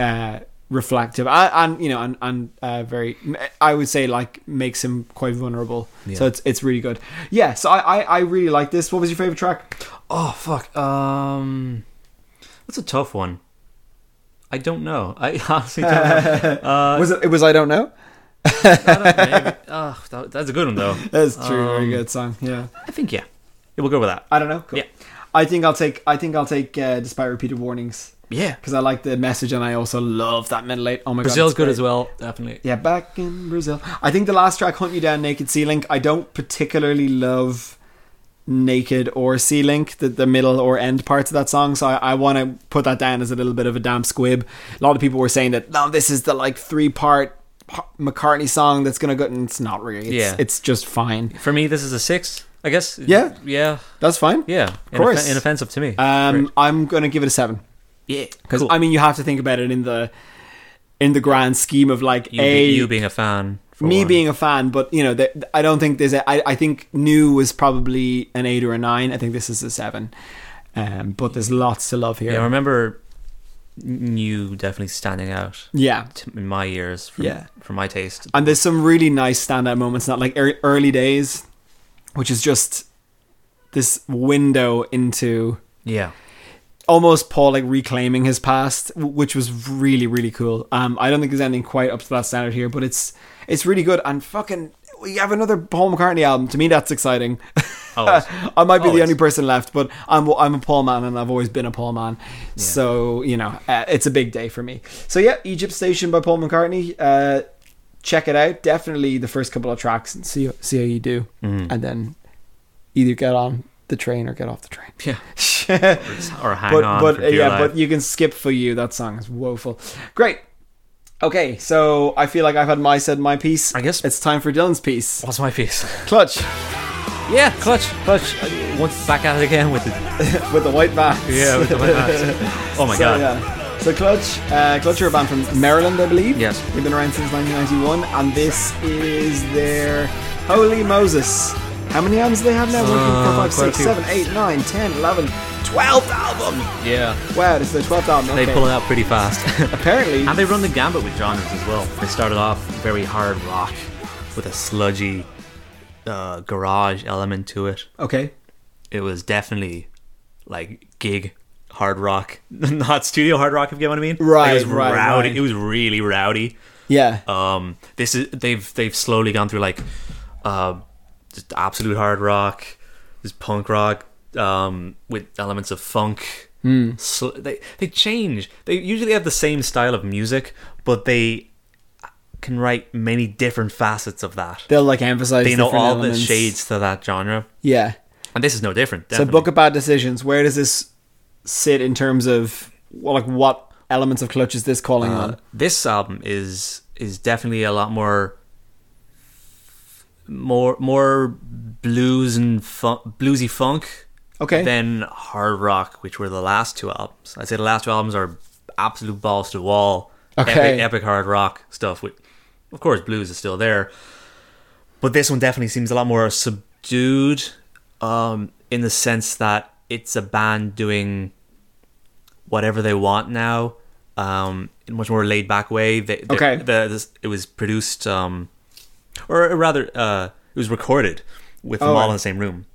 D: uh, reflective and, and you know and and uh, very. I would say like makes him quite vulnerable. So it's it's really good. Yeah, so I, I I really like this. What was your favorite track?
E: Oh, fuck. Um, That's a tough one. I don't know. I honestly don't know. Uh,
D: was it it was I don't know.
E: I don't- maybe- oh, that- that's a good one, though.
D: That's true. very
E: Um,
D: good song. Yeah,
E: I think, yeah. Yeah, we'll go with that.
D: I don't know. Cool.
E: Yeah.
D: I think I'll take I think I'll take uh, despite repeated warnings
E: Yeah.
D: because I like the message and I also love that middle eight. Oh my
E: Brazil's
D: god, it's
E: good
D: great.
E: as well, definitely.
D: Yeah, back in Brazil. I think the last track, Hunt You Down, Naked Sea Link, I don't particularly love Naked or Sea Link, the, the middle or end parts of that song. So I, I want to put that down as a little bit of a damn squib. A lot of people were saying that, no, this is the like three part McCartney song that's going to go. And it's not really. It's,
E: Yeah.
D: it's just fine.
E: For me, this is a six, I guess.
D: Yeah.
E: Yeah.
D: That's fine.
E: Yeah. Of
D: course.
E: inoffensive to me.
D: Um, I'm going to give it a seven.
E: yeah.
D: Because,
E: Cool.
D: I mean, you have to think about it in the. In the grand scheme of like
E: you,
D: a
E: be- you being a fan. for
D: me
E: one.
D: being a fan, but you know, th I don't think there's a. I, I think new was probably an eight or a nine. I think this is a seven. Um, but there's lots to love here.
E: Yeah, I
D: Yeah,
E: remember you definitely standing out t- in my ears from,
D: Yeah.
E: for my taste.
D: and there's some really nice standout moments. Not like ear early days, which is just this window into
E: Yeah.
D: almost Paul like reclaiming his past, w- which was really really cool. Um, I don't think there's anything quite up to that standard here, but it's it's really good and fucking. We have another Paul McCartney album. To me, that's exciting.
E: Always.
D: I might be the
E: Oh, Always.
D: only person left, but I'm I'm a Paul man, and I've always been a Paul man. So you know, uh, it's a big day for me. So yeah, Egypt Station by Paul McCartney. Uh, check it out. Definitely the first couple of tracks, and see see how you do,
E: Mm-hmm.
D: and then either get on the train or get off the train.
E: Yeah.
D: but
E: Or hang on.
D: but
E: for
D: uh,
E: dear
D: yeah,
E: life.
D: but you can skip for you. That song is woeful. Great. Okay, so I feel like I've had my said my piece.
E: I guess-
D: it's time for Dylan's piece.
E: What's my piece?
D: Clutch
E: Yeah, clutch, clutch. Uh, Once back at it again with the
D: with the white van.
E: yeah, with the white hats. Oh my
D: So,
E: god!
D: yeah. So Clutch, uh, Clutch are a band from Maryland, I believe.
E: Yes.
D: They've been around since 1991, and this is their Holy Moses. How many albums do they have now? One, two, three, four, five,
E: Uh, quite a
D: six,
E: few.
D: seven, eight, nine, 10, 11, 12th album!
E: Yeah,
D: Wow, this is their 12th album.
E: they
D: Okay.
E: pull it out pretty fast,
D: Apparently,
E: and they run the gambit with genres as well. They started off very hard rock with a sludgy uh, garage element to it.
D: okay.
E: It was definitely like gig hard rock, not studio hard rock. If you get what I mean, Like,
D: Right,
E: it was
D: right,
E: rowdy.
D: right.
E: It was really rowdy.
D: Yeah.
E: Um, this is they've they've slowly gone through like uh, just absolute hard rock, just punk rock um, with elements of funk.
D: Hmm.
E: Sl- they they change. They usually have the same style of music, but they can write many different facets of that.
D: They'll like emphasize.
E: They know
D: different
E: all
D: elements.
E: the shades to that genre,
D: Yeah.
E: and this is no different.
D: So,
E: Definitely.
D: book of bad decisions. Where does this sit in terms of well, like what elements of Clutch is this calling
E: Uh,
D: on?
E: this album is is definitely a lot more more more blues and fun, bluesy funk
D: Okay.
E: than hard rock, which were the last two albums. I'd say the last two albums are absolute balls to the wall,
D: Okay.
E: epic, epic hard rock stuff. With of course blues is still there, but this one definitely seems a lot more subdued, um, in the sense that it's a band doing whatever they want now. Um, in a much more laid back way. They, they-
D: Okay.
E: The, this, it was produced, um, or rather, uh, it was recorded with them
D: Oh,
E: all
D: right.
E: in the same room.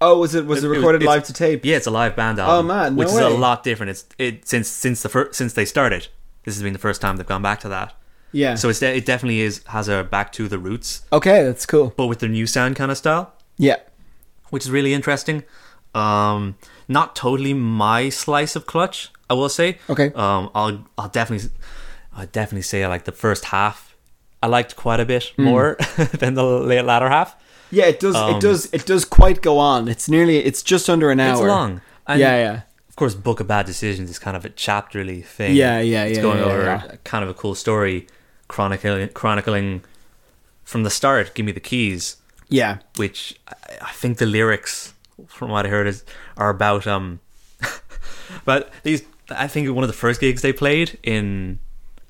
D: Oh, was it was it,
E: It was-
D: recorded
E: it's-
D: live to tape?
E: Yeah, it's a live band album.
D: Oh, man, no
E: which is a
D: way.
E: lot different. It's it since since the fir- since they started. This has been the first time they've gone back to that.
D: Yeah.
E: So it's de- it definitely is has a back to the roots,
D: okay, that's cool.
E: but with their new sound kind of style,
D: Yeah.
E: which is really interesting. Um, not totally my slice of clutch, I will say.
D: Okay.
E: Um, I'll I'll definitely I'll definitely say I like the first half. I liked quite a bit
D: Hmm.
E: more than the la- latter half.
D: Yeah, it does. it
E: Um,
D: does. It does quite go on. It's nearly. It's just under an hour.
E: It's long. And
D: yeah, yeah.
E: of course, Book of Bad Decisions is kind of a chapterly thing.
D: Yeah, yeah,
E: It's
D: yeah,
E: going
D: yeah,
E: over
D: yeah.
E: a- kind of a cool story, chronicling, chronicling from the start. Give me the keys,
D: Yeah.
E: which I, I think the lyrics, from what I heard, is are about um, but these. I think one of the first gigs they played in,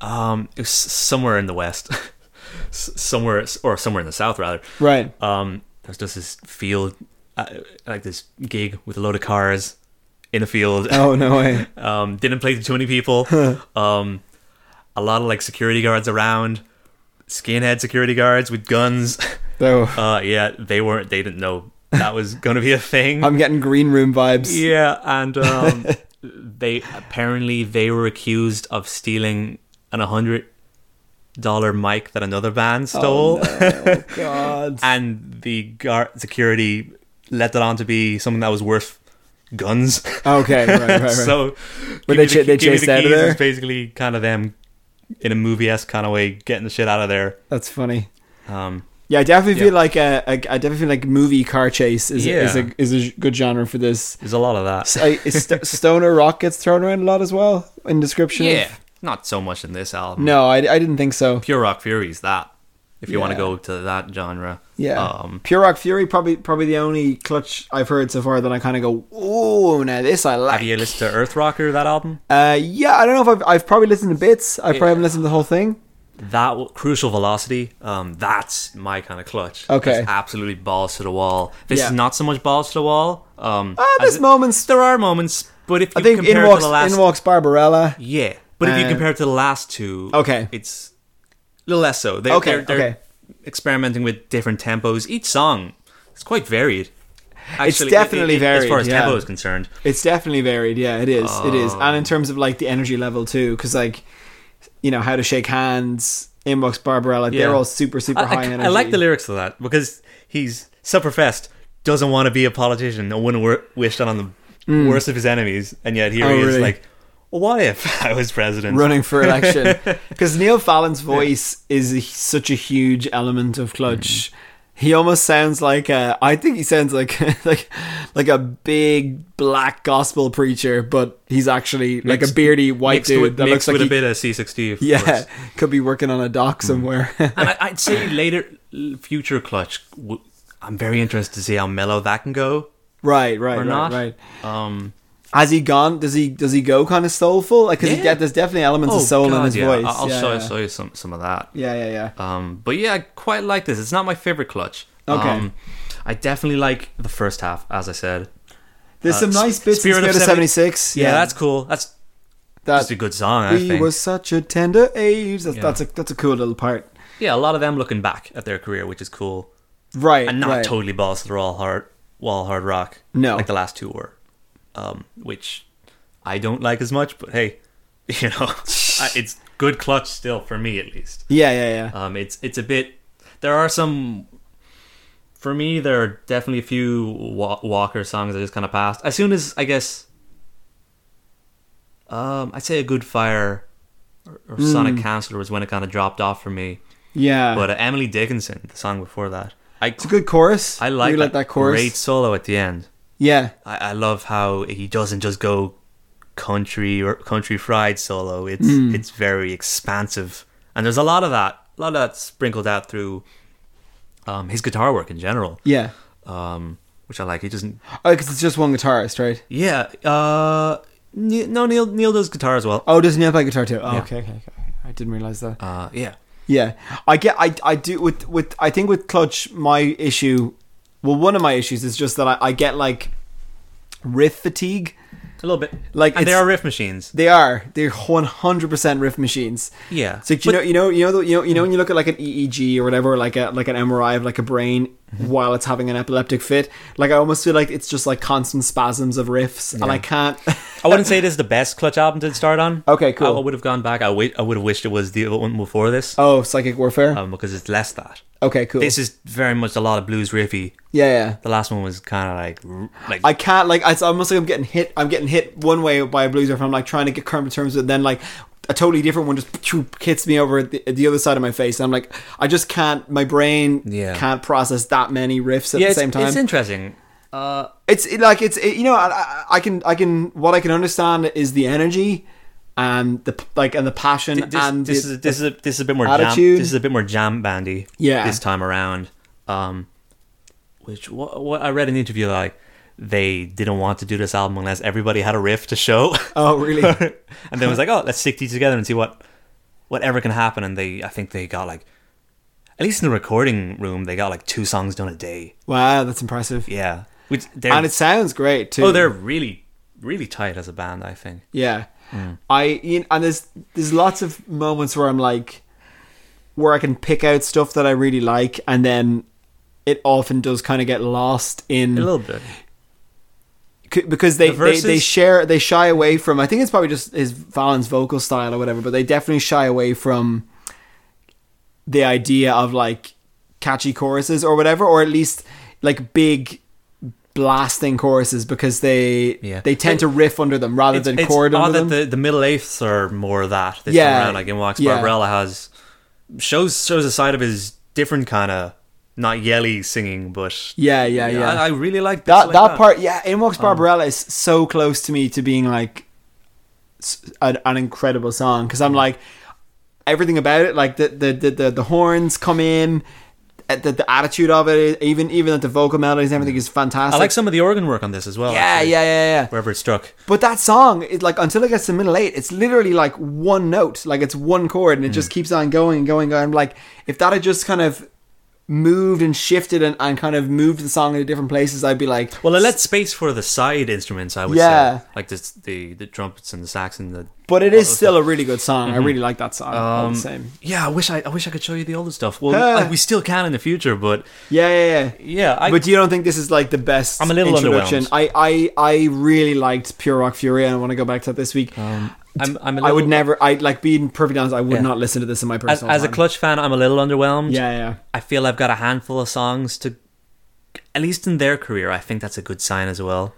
E: um, it was somewhere in the west, S- somewhere or somewhere in the south rather.
D: Right.
E: Um, there's just this field, uh, like this gig with a load of cars in a field
D: Oh no way.
E: um, didn't play to too many people. um, a lot of like security guards around, skinhead security guards with guns.
D: So
E: Uh, yeah, they weren't. They didn't know that was going to be a thing.
D: I'm getting green room vibes.
E: yeah, and um, they apparently they were accused of stealing an hundred dollar mic that another band stole,
D: God.
E: and the guard security let that on to be something that was worth guns.
D: Okay. Right. Right. Right.
E: so
D: Were they
E: give me
D: cha- they
E: give me
D: chased out of
E: keys
D: there?
E: is basically kind of them in a movie esque kind of way getting the shit out of there.
D: That's funny.
E: Um,
D: Yeah, I definitely feel
E: Yeah.
D: like a, a. I definitely feel like movie car chase is a, is
E: Yeah.
D: a is a good genre for this.
E: there's a lot of that.
D: S- I- is st- stoner rock gets thrown around a lot as well in description. of-
E: Yeah, not so much in this album.
D: No, I, I didn't think so.
E: Pure Rock Fury is that. If you want
D: Yeah.
E: to go to that genre,
D: Yeah.
E: Um,
D: Pure Rock Fury probably probably the only clutch I've heard so far that I kind of go, oh, now this I like.
E: have you listened to Earth Rocker? That album,
D: Uh, yeah, I don't know if I've, I've probably listened to bits. I probably haven't listened to the whole thing.
E: that w- Crucial Velocity. Um, that's my kind of clutch.
D: Okay.
E: That's absolutely balls to the wall. This
D: Yeah.
E: is not so much balls to the wall. Um,
D: Ah,
E: as
D: there's
E: it-
D: moments.
E: There are moments, but if you
D: I think
E: compare
D: in
E: it to
D: walks,
E: the last
D: in walks Barbarella.
E: Yeah, but if you
D: Um,
E: compare it to the last two,
D: Okay.
E: it's a little less so. They,
D: Okay,
E: they're, they're
D: okay.
E: experimenting with different tempos. Each song is quite varied. Actually,
D: it's definitely
E: i- i-
D: varied.
E: As far as
D: yeah.
E: tempo is concerned,
D: It's definitely varied. Yeah, it is. It is.
E: Oh.
D: And in terms of like the energy level too, because like, you know, how to shake hands, inbox Barbarella,
E: Yeah.
D: they're all super super
E: I, I-
D: high energy.
E: I like the lyrics of that because he's self-professed, doesn't want to be a politician, no one wor- wish that on the worst of his enemies, and yet here
D: Mm. Oh,
E: he is
D: really?
E: like, well, what if I was president?
D: running for election because Neil Fallon's voice is a, such a huge element of Clutch. He almost sounds like a, I think he sounds like like like a big black gospel preacher, but he's actually like a
E: Mixed-
D: beardy white
E: mixed
D: dude
E: with,
D: that looks
E: mixed
D: like
E: with
D: he,
E: a bit of Hmm. C60. Of
D: yeah
E: course.
D: could be working on a dock somewhere.
E: and I, I'd say later, l- future Clutch. W- I'm very interested to see how mellow that can go.
D: right, right,
E: Or
D: right,
E: not.
D: right.
E: Um,
D: Has he gone? Does he does he go kind of soulful? Like, cause he,
E: Yeah.
D: yeah, there's definitely elements of soul in
E: oh, God,
D: his
E: yeah.
D: voice.
E: I- I'll
D: yeah,
E: show,
D: yeah.
E: show you some some of that.
D: yeah, yeah, yeah.
E: Um, but yeah, I quite like this. It's not my favorite Clutch.
D: Okay.
E: Um, I definitely like the first half, as I said.
D: There's
E: uh,
D: some nice
E: S-
D: bits
E: Spirit
D: in
E: of
D: Spirit of
E: Seventy-
D: '76.
E: Yeah, that's cool. That's
D: that's
E: just a good song. I
D: We
E: think.
D: were such a tender age. That's, that's a that's a cool little part,
E: Yeah, a lot of them looking back at their career, which is cool,
D: right?
E: and not
D: right.
E: totally balls to the wall hard, wall hard rock.
D: No.
E: like the last two were, um, which I don't like as much. But hey, you know, I, it's good clutch still for me at least.
D: Yeah, yeah, yeah.
E: Um, it's it's a bit. There are some. For me, there are definitely a few wa- Walker songs that just kind of passed. As soon as I guess, um, I'd say a good fire or, or Sonic Counselor was when it kind of dropped off for me.
D: Hmm. yeah,
E: But uh, Emily Dickinson, the song before that, I
D: it's a good chorus.
E: I like,
D: really like that chorus.
E: Great solo at the end.
D: Yeah,
E: I, I love how he doesn't just go country or country fried solo. It's
D: Hmm.
E: it's very expansive, and there's a lot of that, a lot of that sprinkled out through um, his guitar work in general,
D: yeah.
E: um, which I like. He doesn't.
D: Oh, because it's just one guitarist, right?
E: Yeah. Uh, Ne- no, Neil Neil does guitar as well.
D: Oh, doesn't he play guitar too? Oh,
E: Yeah.
D: okay, okay, okay. I didn't realize that.
E: Uh, yeah.
D: Yeah, I get. I I do with with. I think with Clutch, my issue. Well, one of my issues is just that I, I get like riff fatigue.
E: A little bit,
D: Like,
E: and they
D: it's-
E: are riff machines.
D: They are. They're one hundred percent riff machines.
E: Yeah,
D: So you
E: but-
D: know, you know, you know, the, you know, you know, when you look at like an EEG or whatever, like a like an MRI of like a brain
E: Mm-hmm.
D: while it's having an epileptic fit. Like I almost feel like it's just like constant spasms of riffs, and I can't.
E: I wouldn't say this is the best Clutch album to start on.
D: Okay, cool.
E: I would have gone back. I wi- I would have wished it was the one before this,
D: oh, psychic warfare.
E: um, because it's less that.
D: okay, cool.
E: This is very much a lot of blues riffy.
D: yeah, yeah.
E: The last one was kind of like like
D: I can't like it's almost like I'm getting hit. I'm getting hit one way by a blues riff. I'm like trying to get current terms with, it, then like a totally different one just hits me over the, the other side of my face. And I'm like, I just can't. My brain
E: Yeah.
D: can't process that many riffs at
E: yeah,
D: the
E: it's,
D: same time.
E: it's interesting. Uh,
D: it's it, like it's it, you know I, I- I can I can what I can understand is the energy and the p- like and the passion
E: this,
D: and
E: this
D: the-
E: is this is a, this is a bit more
D: attitude.
E: Jam, this is a bit more jam bandy.
D: Yeah.
E: this time around. Um, which what, what I read in an interview like they didn't want to do this album unless everybody had a riff to show.
D: oh really
E: and then it was like, oh, let's stick these together and see what whatever can happen. And they, I think they got like, at least in the recording room, they got like two songs done a day.
D: wow that's impressive
E: Yeah, which they're
D: and it sounds great too
E: oh, they're really really tight as a band. I think.
D: yeah
E: Mm.
D: I you know, and there's there's lots of moments where I'm like where I can pick out stuff that I really like and then it often does kind of get lost in
E: A little bit.
D: C- because they,
E: The
D: they they
E: verses-
D: share they shy away from I think it's probably just his Fallon's vocal style or whatever, but they definitely shy away from the idea of like catchy choruses or whatever, or at least like big blasting choruses because they
E: Yeah.
D: they tend
E: It-
D: to riff under them rather than
E: it's
D: chord
E: odd
D: under
E: that
D: them.
E: the, the middle eighths are more that this
D: Yeah,
E: time around. Like in Walks
D: yeah.
E: Barbarella has shows shows a side of his different kind of not yelly singing, but
D: Yeah, yeah, yeah.
E: I, I really like bits
D: that
E: like
D: that part, yeah, in
E: Oh.
D: walks Barbarella is so close to me to being like s- an, an incredible song because I'm like everything about it, like the the the, the, the horns come in, uh, the, the attitude of it, even even at the vocal melodies, and everything is
E: I
D: fantastic.
E: like some of the organ work on this as well.
D: yeah,
E: actually,
D: yeah, yeah, yeah.
E: Wherever it struck.
D: But that song, it, like until it gets to middle eight, it's literally like
E: Mm.
D: one note, like it's one chord, and it just keeps on going and going. and going. I'm like, if that had just kind of moved and shifted and, and kind of moved the song into different places, I'd be like,
E: Well, it lets space for the side instruments, I would
D: Yeah.
E: say, like the, the the trumpets and the sax and the.
D: But it is still a really good song. I really like that song. all
E: Oh, Mm-hmm. Um,
D: the same.
E: Yeah, I wish I, I wish I could show you the older stuff. Well,
D: Huh.
E: like, we still can in the future, but
D: Yeah, yeah, yeah.
E: yeah, I,
D: but you don't think this is like the best?
E: I'm a little
D: introduction.
E: underwhelmed.
D: I, I, I really liked Pure Rock Fury, and I want to go back to that this week.
E: I'm, Um, I'm a
D: I
E: little,
D: would never. I like being perfectly honest. I would
E: Yeah.
D: not listen to this in my
E: As,
D: personal.
E: as a
D: time.
E: clutch fan, I'm a little underwhelmed.
D: Yeah, yeah.
E: I feel I've got a handful of songs to, at least in their career, I think that's a good sign as well.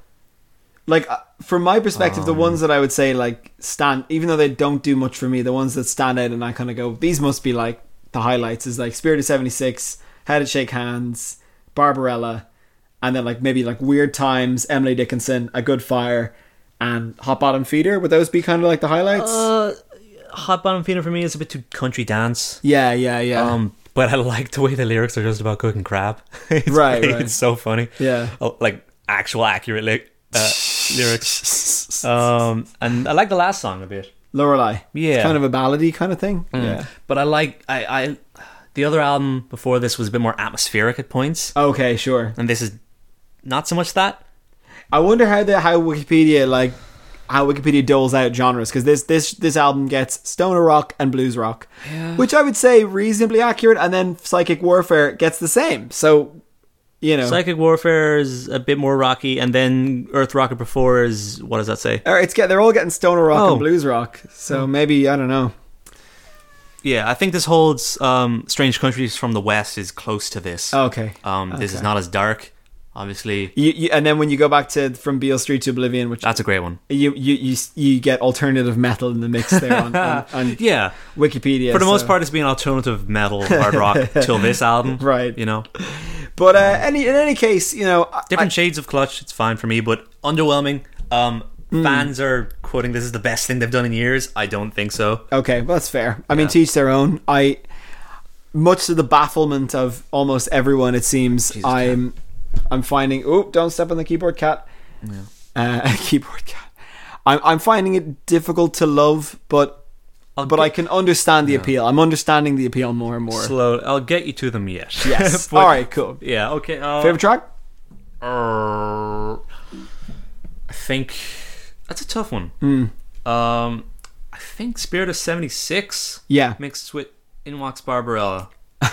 D: Like uh, from my perspective,
E: Oh,
D: the ones that I would say like stand, even though they don't do much for me, the ones that stand out and I kind of go, these must be like the highlights. Is like Spirit of seventy six, How to Shake Hands, Barbarella, and then like maybe like Weird Times, Emily Dickinson, A Good Fire, and Hot Bottom Feeder. Would those be kind of like the highlights?
E: Uh, Hot Bottom Feeder for me is a bit too country dance.
D: yeah, yeah, yeah.
E: Um, but I like the way the lyrics are just about cooking crab. it's
D: Right,
E: great,
D: right.
E: It's so funny.
D: Yeah.
E: Oh, like actual accurate li- uh, lyrics. Um, and I like the last song a bit.
D: Lorelei.
E: yeah. Mm.
D: it's kind of a ballady kind of thing. Yeah.
E: But I like I, I the other album before this was a bit more atmospheric at points,
D: Okay, sure.
E: and this is not so much that.
D: I wonder how the how Wikipedia like how Wikipedia doles out genres because this this this album gets stoner rock and blues rock, which I would say reasonably accurate, and then psychic warfare gets the same. So you know,
E: Psychic Warfare is a bit more rocky, and then Earth Rocket before is what does that say?
D: or it's get they're all getting stoner rock
E: Oh. Hmm.
D: and blues rock. So maybe I don't know.
E: Yeah, I think this holds um, Strange Countries from the West is close to this.
D: Oh, Okay.
E: Um, This is
D: Okay.
E: not as dark, obviously.
D: You, you, and then when you go back to from Beale Street to Oblivion, which
E: That's a great one.
D: you, you you you get alternative metal in the mix there on, on, on
E: Yeah.
D: Wikipedia
E: For the most
D: so-
E: part, it's been alternative metal, hard rock till this album.
D: Right.
E: You know,
D: But uh, any in any case, you know, I-
E: different shades of clutch. It's fine for me, but underwhelming. Um, Fans are quoting this is the best thing they've done in years. I don't think so.
D: Okay, well, that's fair. I mean, to each their own. I, much to the bafflement of almost everyone, it seems, I'm, I'm finding. Oh, don't step on the keyboard, cat. Uh, keyboard cat. I'm, I'm finding it difficult to love, but,
E: I'll
D: but
E: get-
D: I can understand the appeal. I'm understanding the appeal more and more.
E: Slow. I'll get you to them yet.
D: Yes.
E: But-
D: All right. Cool.
E: Yeah. Okay. Uh,
D: Favorite track?
E: Uh, I think that's a tough one.
D: Hmm.
E: Um, I think Spirit of '76
D: Yeah.
E: mixed with In Walks Barbarella.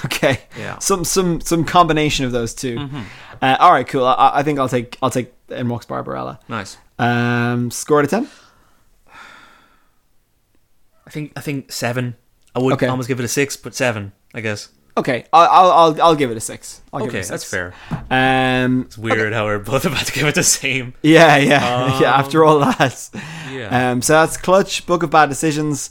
D: Okay.
E: Yeah. Mm-hmm.
D: Some some some combination of those 2 Uh, all right. Cool. I, I think I'll take I'll take and Walks Barbarella.
E: Nice.
D: Um, score out of ten.
E: I think I think seven. I would
D: Okay.
E: almost give it a six, but seven, I guess.
D: Okay, I'll I'll I'll, I'll give it a six. I'll give
E: okay,
D: it a six.
E: that's fair.
D: fair. Um,
E: It's weird how we're both about to give it the same.
D: yeah, yeah, yeah.
E: Um,
D: After all that,
E: yeah.
D: Um, so that's clutch. Book of bad decisions.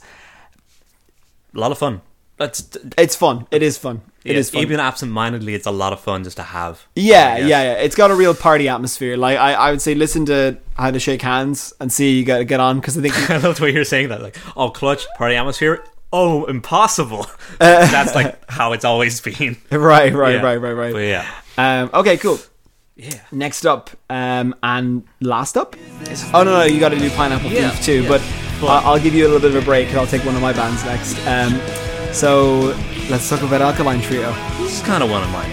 E: A lot of fun. That's
D: It's fun. It is fun. It is fun.
E: even absent-mindedly, it's a lot of fun just to have.
D: yeah,
E: I
D: yeah,
E: guess.
D: yeah. It's got a real party atmosphere. Like I, I would say, listen to how to shake hands and see you got to get on because I think
E: I love the way you're saying that. Like, oh, clutch party atmosphere. Oh, impossible. that's like how it's always been.
D: right, right,
E: Yeah.
D: right, right, right.
E: But yeah.
D: Um, okay, cool.
E: Yeah.
D: Next up, um, and last up. Oh no, no, you got to do Pineapple
E: Yeah,
D: Thief too.
E: yeah.
D: But
E: But-
D: I- I'll give you a little bit of a break, and I'll take one of my bands next. Um, so let's talk about Alkaline Trio.
E: This is kind of one of mine.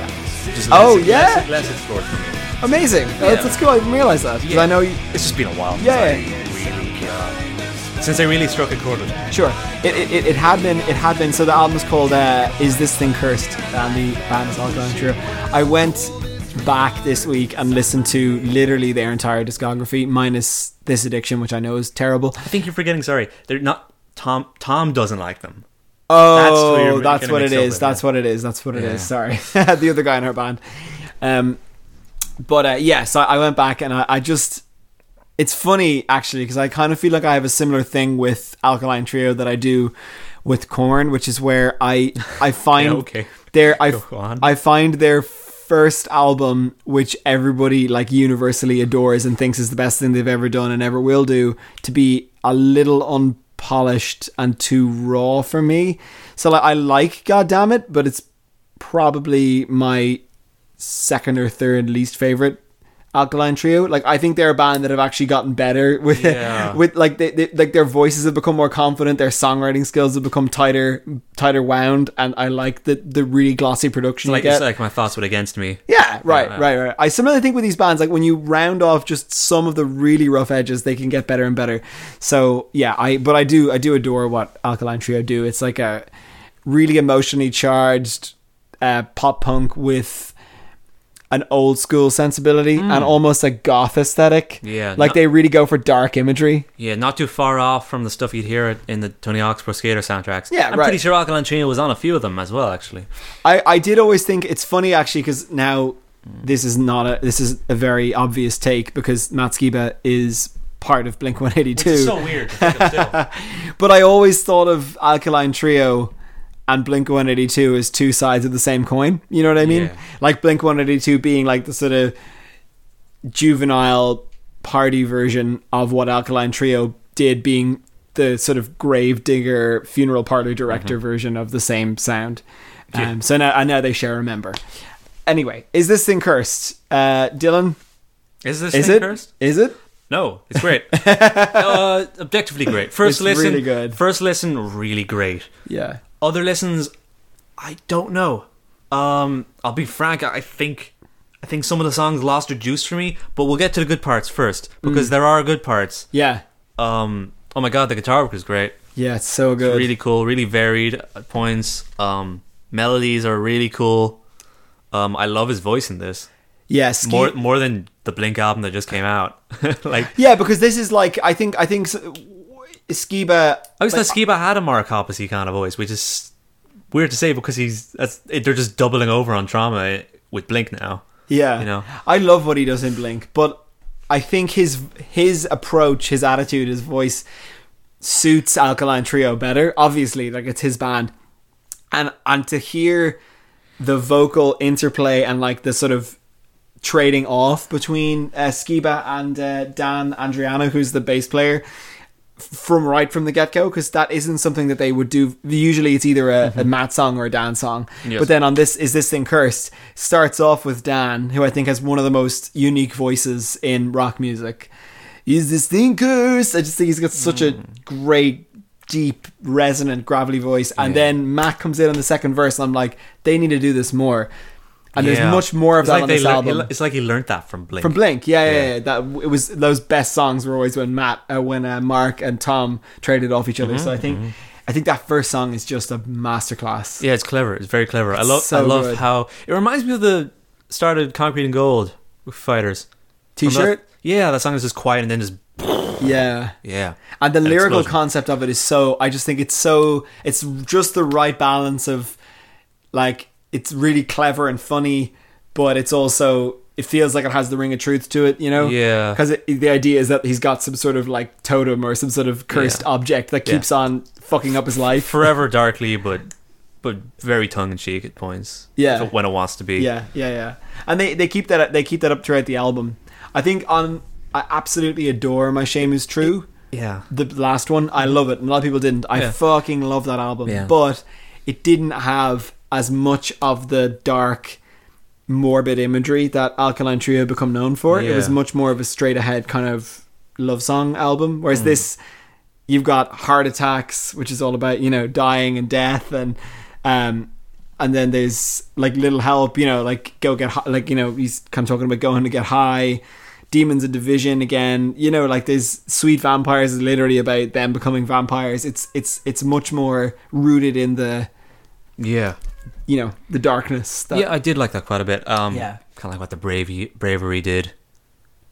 E: Just
D: Oh,
E: less-
D: yeah?
E: less, less explored for me.
D: Amazing. That's, that's cool. I didn't realize that because
E: Yeah.
D: I know. You,
E: It's just been a while. since
D: Yeah.
E: I really, uh, since I really struck a chord with it.
D: sure, it, it, it, it had been. It had been. So the album's called uh, "Is This Thing Cursed?" and the band's Alkaline Trio. I went back this week and listened to literally their entire discography, minus this addiction, which I know is terrible.
E: I think you're forgetting. Sorry, they're not. Tom Tom doesn't like them.
D: Oh,
E: where you're
D: that's,
E: gonna
D: what it
E: mix up
D: is.
E: with,
D: That's
E: yeah.
D: what it is. That's what it
E: Yeah.
D: is. Sorry, the other guy in our band. Um, but uh, yeah, so I went back and I, I just. It's funny actually because I kind of feel like I have a similar thing with Alkaline Trio that I do with Corn, which is where I I find
E: okay.
D: their I
E: Go on.
D: I find their first album, which everybody like universally adores and thinks is the best thing they've ever done and ever will do, to be a little unpolished and too raw for me. So like I like God Damn It, but it's probably my second or third least favorite Alkaline Trio. Like I think they're a band that have actually gotten better with
E: Yeah.
D: with like they, they like their voices have become more confident, their songwriting skills have become tighter tighter wound, and I like the the really glossy production. you
E: Like
D: get.
E: it's like my thoughts would against me.
D: Yeah, right,
E: Yeah, yeah.
D: right, right. I similarly think with these bands, like when you round off just some of the really rough edges, they can get better and better. So yeah, I but I do I do adore what Alkaline Trio do. It's like a really emotionally charged uh, pop punk with an old school sensibility and almost a goth aesthetic.
E: Mm. Yeah,
D: like
E: no-
D: they really go for dark imagery.
E: Yeah, not too far off from the stuff you'd hear in the Tony Hawk's Pro Skater soundtracks.
D: Yeah,
E: I'm
D: right.
E: pretty sure Alkaline Trio was on a few of them as well, actually.
D: I, I did always think it's funny actually because now this is not a this is a very obvious take because Matt Skiba is part of Blink One Eighty Two.
E: weird. To think of still.
D: But I always thought of Alkaline Trio and Blink 182 as two sides of the same coin. You know what I mean?
E: Yeah.
D: Like Blink 182 being like the sort of juvenile party version of what Alkaline Trio did, being the sort of grave digger funeral parlor director version of the same sound. Um, So now I know they share a member. Anyway, is this thing cursed, uh, Dylan?
E: Is this
D: Is
E: thing
D: it?
E: cursed?
D: Is it?
E: No, it's great. uh, objectively great. First
D: It's
E: listen,
D: really good.
E: First listen, really great.
D: Yeah.
E: Other listens, I don't know. Um, I'll be frank. I think, I think some of the songs lost their juice for me. But we'll get to the good parts first because there are good parts.
D: Mm. Yeah.
E: Um, oh my god, the guitar work is great.
D: Yeah, it's so good.
E: really cool, really varied at points. Um, melodies are really cool. Um, I love his voice in this
D: yeah, Ski-
E: more more than the Blink album that just came out. like
D: Yeah, because this is like I think I think s- w- Skiba.
E: I always thought Skiba had a Mark Hoppusy kind of voice, which is weird to say because he's that's it, they're just doubling over on trauma with Blink now.
D: Yeah,
E: you know.
D: I love what he does in Blink, but I think his his approach, his attitude, his voice suits Alkaline Trio better. Obviously, like it's his band, and and to hear the vocal interplay and like the sort of trading off between uh, Skiba and uh, Dan Andriano, who's the bass player, f- from right from the get go, because that isn't something that they would do. Usually, it's either a, a Matt song or a Dan song.
E: Mm-hmm. Yes.
D: But then on this, is this thing cursed? Starts off with Dan, who I think has one of the most unique voices in rock music. Is this thing cursed? I just think he's got such a
E: Mm.
D: great. Deep, resonant, gravelly voice, and then Matt comes in on the second verse, and I'm like, they need to do this more. And
E: Yeah.
D: there's much more of
E: It's
D: that
E: like
D: on
E: they
D: this
E: lear-
D: album.
E: It's like he learned that from Blink.
D: From Blink, yeah, yeah, yeah.
E: Yeah.
D: That it was those best songs were always when Matt, uh, when uh, Mark and Tom traded off each other. so
E: Mm-hmm,
D: I think, I think that first song is just a masterclass.
E: Yeah, it's clever. It's very clever. I love. I
D: so
E: love
D: good.
E: how it reminds me of the started Concrete and Gold Fighters
D: T-shirt?
E: From that- yeah, that song is just quiet and then just
D: yeah.
E: yeah.
D: And the
E: An
D: lyrical
E: explosion.
D: concept of it is so. I just think it's so. It's just the right balance of, like, it's really clever and funny, but it's also it feels like it has the ring of truth to it. You know,
E: Yeah.
D: Because the idea is that he's got some sort of like totem or some sort of cursed
E: Yeah.
D: object that
E: Yeah.
D: keeps on fucking up his life.
E: forever darkly, but but very tongue in cheek at points.
D: Yeah.
E: So when it wants to be.
D: Yeah, yeah, yeah. And they, they keep that they keep that up throughout the album. I think on I absolutely adore My Shame Is True.
E: yeah.
D: The last one, I love it. And a lot of people didn't. I
E: Yeah.
D: fucking love that album.
E: Yeah.
D: But it didn't have as much of the dark morbid imagery that Alkaline Trio become known for. It was
E: Yeah.
D: much more of a straight ahead kind of love song album. Whereas
E: Hmm.
D: this you've got heart attacks, which is all about, you know, dying and death and um and then there's like little help, you know, like go get high, like you know he's kind of talking about going to get high, demons of division again, you know, like there's sweet vampires is literally about them becoming vampires. It's it's it's much more rooted in the
E: Yeah.
D: you know the darkness. That,
E: yeah, I did like that quite a bit. Um,
D: Yeah.
E: Kind of like what the bravery bravery did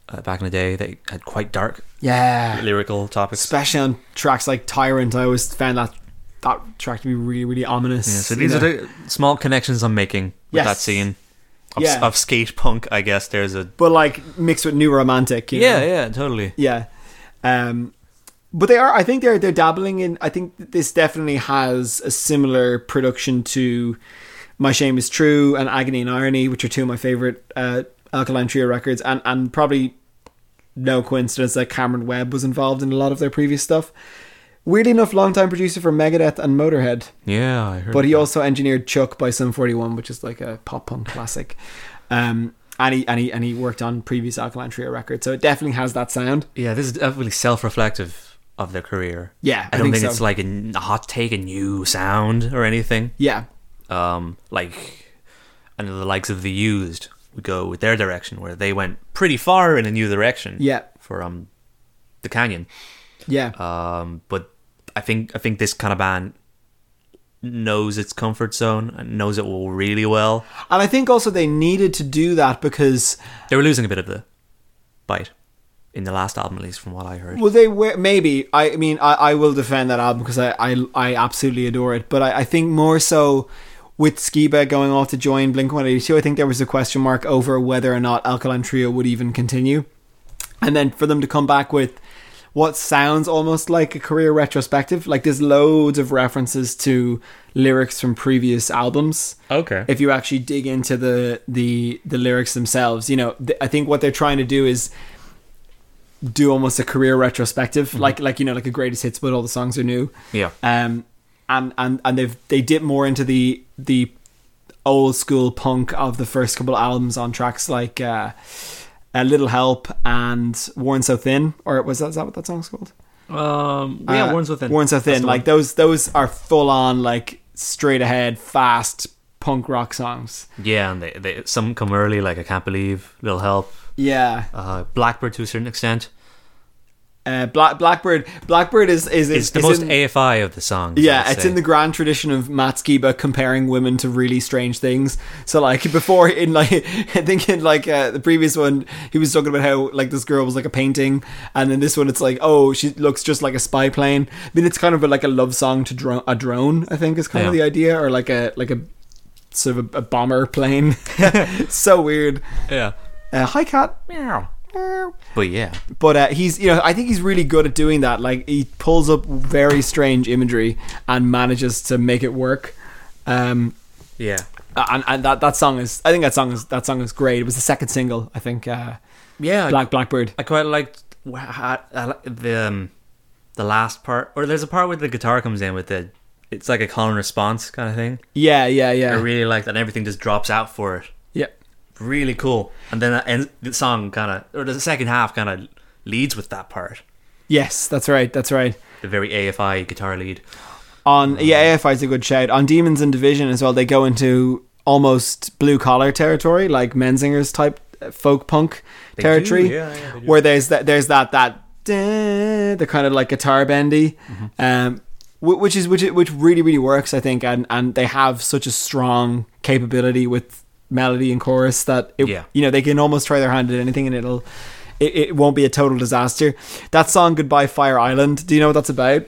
E: uh, back in the day. They had quite dark
D: yeah.
E: lyrical topics.
D: Especially on tracks like Tyrant, I always found that that track to be really really ominous.
E: yeah, so
D: you
E: these
D: know.
E: are the small connections I'm making with
D: Yes.
E: that scene of,
D: Yeah.
E: of skate punk. I guess there's a
D: but like mixed with new romantic. You know?
E: yeah, yeah, totally.
D: yeah um but they are i think they're they're dabbling in i think th- this definitely has a similar production to my shame is true and agony and irony which are two of my favorite uh alkaline trio records and and probably no coincidence that cameron webb was involved in a lot of their previous stuff weirdly enough longtime producer for megadeth and motorhead
E: Yeah, I heard.
D: but he
E: that.
D: also engineered Chuck by Sum 41, which is like a pop punk classic. Um, and he and he and he worked on previous Alkaline Trio records, so it definitely has that sound.
E: Yeah, this is definitely self-reflective of their career.
D: Yeah, I
E: I, don't
D: think
E: think,
D: so.
E: it's like a, n- a hot take, a new sound or anything.
D: Yeah,
E: Um, like, I know the likes of the Used would go with their direction, where they went pretty far in a new direction.
D: Yeah.
E: for um, the Canyon.
D: yeah,
E: Um, but I think I think this kind of band knows its comfort zone and knows it will really well.
D: and I think also they needed to do that because
E: They were losing a bit of the bite in the last album, at least from what I heard.
D: Well, they were maybe. I mean, I, I will defend that album because I, I I absolutely adore it. But I, I think more so with Skiba going off to join Blink One Eighty Two, I think there was a question mark over whether or not Alkaline Trio would even continue, and then for them to come back with what sounds almost like a career retrospective. Like there's loads of references to lyrics from previous albums
E: Okay.
D: if you actually dig into the the the lyrics themselves you know th- i think what they're trying to do is do almost a career retrospective like like you know like a greatest hits but all the songs are new
E: Mm-hmm. Yeah.
D: um and and and they've they dip more into the the old school punk of the first couple of albums on tracks like uh a little help and worn so thin or was that, is that what that song's called
E: Um,
D: uh,
E: yeah, Warren's within.
D: Warren's
E: That's
D: Within.
E: the
D: Like
E: one.
D: those, those are full on like straight ahead, fast punk rock songs.
E: yeah, and they, they some come early, like I can't believe, little help,
D: Yeah,
E: uh, Blackbird to a certain extent.
D: uh, Black Blackbird. Blackbird is is, is
E: It's the
D: is
E: most
D: in-
E: AFI of the songs.
D: yeah,
E: I'd
D: it's
E: say.
D: in the grand tradition of Matt Skiba comparing women to really strange things. So like before in like I think in like uh, the previous one he was talking about how like this girl was like a painting and then this one it's like oh she looks just like a spy plane. I mean it's kind of like a love song to dro- a drone I think is kind of
E: Yeah.
D: the idea or like a like a sort of a, a bomber plane. so weird.
E: yeah.
D: Uh, hi cat.
E: Meow. But yeah,
D: But uh, he's, you know, I think he's really good at doing that. Like he pulls up very strange imagery and manages to make it work. Um,
E: yeah,
D: and and that, that song is, I think that song is that song is great. It was the second single, I think. Uh,
E: yeah.
D: Black Blackbird.
E: I quite liked wha- ha- I li- the um, the last part, or there's a part where the guitar comes in with the it's like a call and response kind of thing.
D: Yeah, yeah,
E: I
D: yeah,
E: really like that, and everything just drops out for it.
D: yeah,
E: Really cool. And then that ends, the song kind of, or the second half kind of leads with that part,
D: yes, that's right, that's right.
E: the very AFI guitar lead.
D: On yeah, AFI is a good shout. On Demons and Division as well, they go into almost blue collar territory, like Menzinger's type uh, folk punk
E: They do,
D: territory,
E: yeah, yeah, they do.
D: where there's that there's that that duh, the kind of like guitar bendy,
E: Mm-hmm.
D: um, wh- which is which which really really works, I think, and and they have such a strong capability with melody and chorus that it,
E: Yeah.
D: you know they can almost try their hand at anything and it'll. It, it won't be a total disaster. That song "Goodbye Fire Island." Do you know what that's about?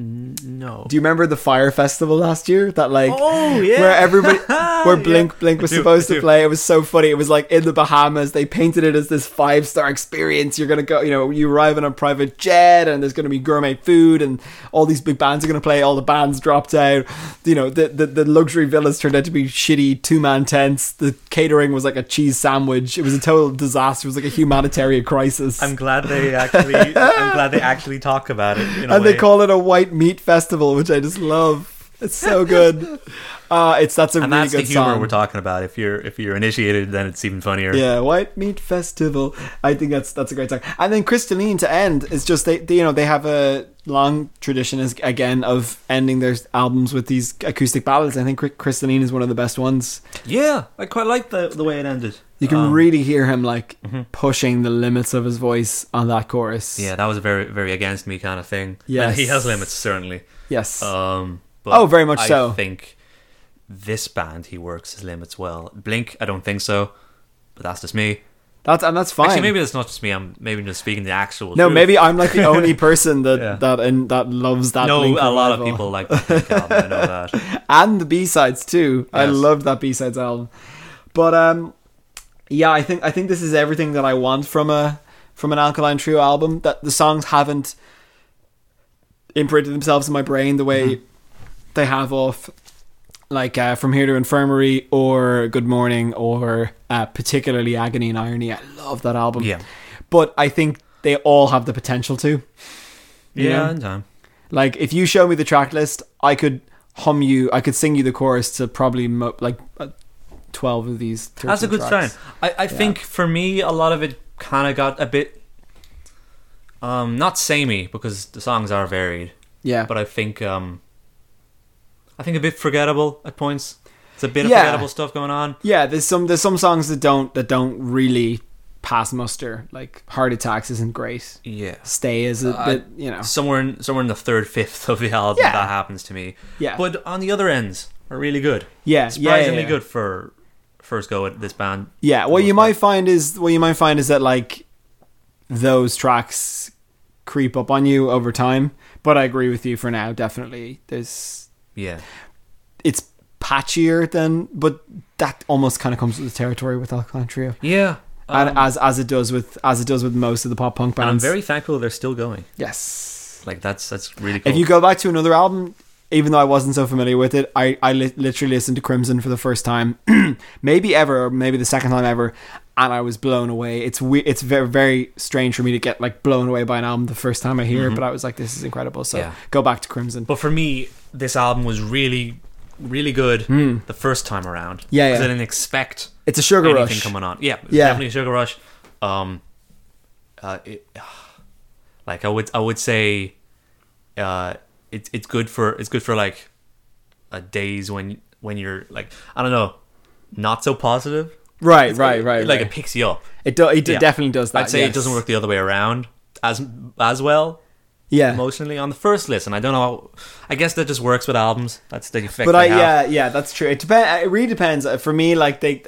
E: No.
D: Do you remember the fire festival last year? That like
E: Oh, yeah.
D: where everybody where Blink Blink
E: I
D: was
E: do,
D: supposed
E: I
D: to
E: do.
D: play. It was so funny. It was like in the Bahamas. They painted it as this five star experience. You're gonna go, you know, you arrive in a private jet and there's gonna be gourmet food and all these big bands are gonna play. All the bands dropped out. You know, the the, the luxury villas turned out to be shitty two man tents. The catering was like a cheese sandwich. It was a total disaster. It was like a humanitarian crisis.
E: I'm glad they actually. I'm glad they actually talk about it. In a
D: and
E: way.
D: they call it a white meat festival, which I just love. It's so good. Uh, it's that's a
E: and
D: really
E: that's
D: good
E: the humor
D: song.
E: we're talking about. If you're if you're initiated, then it's even funnier.
D: yeah, white meat festival. I think that's that's a great song. And then Crystalline to end is just they, they you know they have a long tradition is again of ending their albums with these acoustic ballads. I think Cry- Crystalline is one of the best ones.
E: Yeah, I quite like the the way it ended.
D: You can
E: Um, mm-hmm.
D: really hear him like pushing the limits of his voice on that chorus.
E: Yeah, that was a very very against me kind of thing.
D: Yes.
E: and he has limits certainly.
D: Yes.
E: Um, but
D: Oh, very much
E: I
D: so.
E: think this band he works his limits well. Blink, I don't think so, but that's just me.
D: that's and that's fine.
E: Actually, maybe that's not just me. I'm maybe just speaking the actual.
D: no,
E: truth.
D: maybe I'm like the only person that
E: Yeah.
D: that and that loves that.
E: No,
D: Blink
E: a lot of
D: revival.
E: people like the Blink album. I know that.
D: and the B sides too. I
E: Yes.
D: loved that B sides album. But um, yeah, I think I think this is everything that I want from a from an Alkaline Trio album. That the songs haven't imprinted themselves in my brain the way
E: Mm-hmm.
D: they have off like uh, from here to infirmary or good morning or uh, particularly agony and irony i love that album
E: Yeah.
D: but i think they all have the potential to You know?
E: Yeah, in time.
D: like if you show me the track list, I could hum you, I could sing you the chorus to probably mo- like uh, twelve of these. 13
E: That's a good
D: tracks.
E: sign. I, I think for me, a lot of it kind of got a bit, um, not samey because the songs are varied,
D: Yeah,
E: but I think, um, I think a bit forgettable at points. It's a bit of
D: Yeah.
E: forgettable stuff going on.
D: yeah. There's some there's some songs that don't that don't really pass muster. Like Heart Attacks isn't great.
E: Yeah.
D: Stay is a
E: Uh,
D: bit you know.
E: Somewhere in somewhere in the third fifth of the album
D: Yeah.
E: that happens to me.
D: Yeah.
E: But on the other ends are really good.
D: Yeah, yeah,
E: Surprisingly
D: yeah.
E: good for first go at this band.
D: Yeah, what
E: most
D: you
E: part.
D: might find is what you might find is that like those tracks creep up on you over time. But I agree with you for now. Definitely, there's
E: Yeah.
D: it's patchier than, but that almost kind of comes with the territory with Alkaline Trio,
E: Yeah.
D: and as as it does with as it does with most of the pop punk
E: Um, And I'm
D: bands.
E: very thankful they're still going.
D: yes.
E: Like that's that's really cool.
D: If you go back to another album, even though I wasn't so familiar with it, I, I li- literally listened to Crimson for the first time, maybe ever, or maybe the second time ever, and I was blown away. It's we- it's very very strange for me to get like blown away by an album the first time I hear it, but I was like, this is incredible. So
E: Mm-hmm. Yeah.
D: go back to Crimson.
E: But for me, this album was really, really good the first time around.
D: Hmm. Yeah,
E: because
D: yeah.
E: I didn't expect
D: It's a sugar
E: anything
D: rush.
E: coming on. Yeah, it was
D: Yeah.
E: definitely a sugar rush. Um, uh, it, like I would, I would say, uh, it's it's good for it's good for like, uh, days when when you're like I don't know, not so positive.
D: Right, right, right.
E: Like
D: right.
E: it picks you up.
D: it, do- it d-
E: Yeah.
D: definitely does that.
E: I'd say
D: yes.
E: it doesn't work the other way around as as well
D: Yeah.
E: emotionally on the first listen. I don't know. I guess that just works with albums. That's the effect.
D: but
E: they
D: I
E: have.
D: yeah yeah that's true. It depend. It really depends. Uh, For me, like they,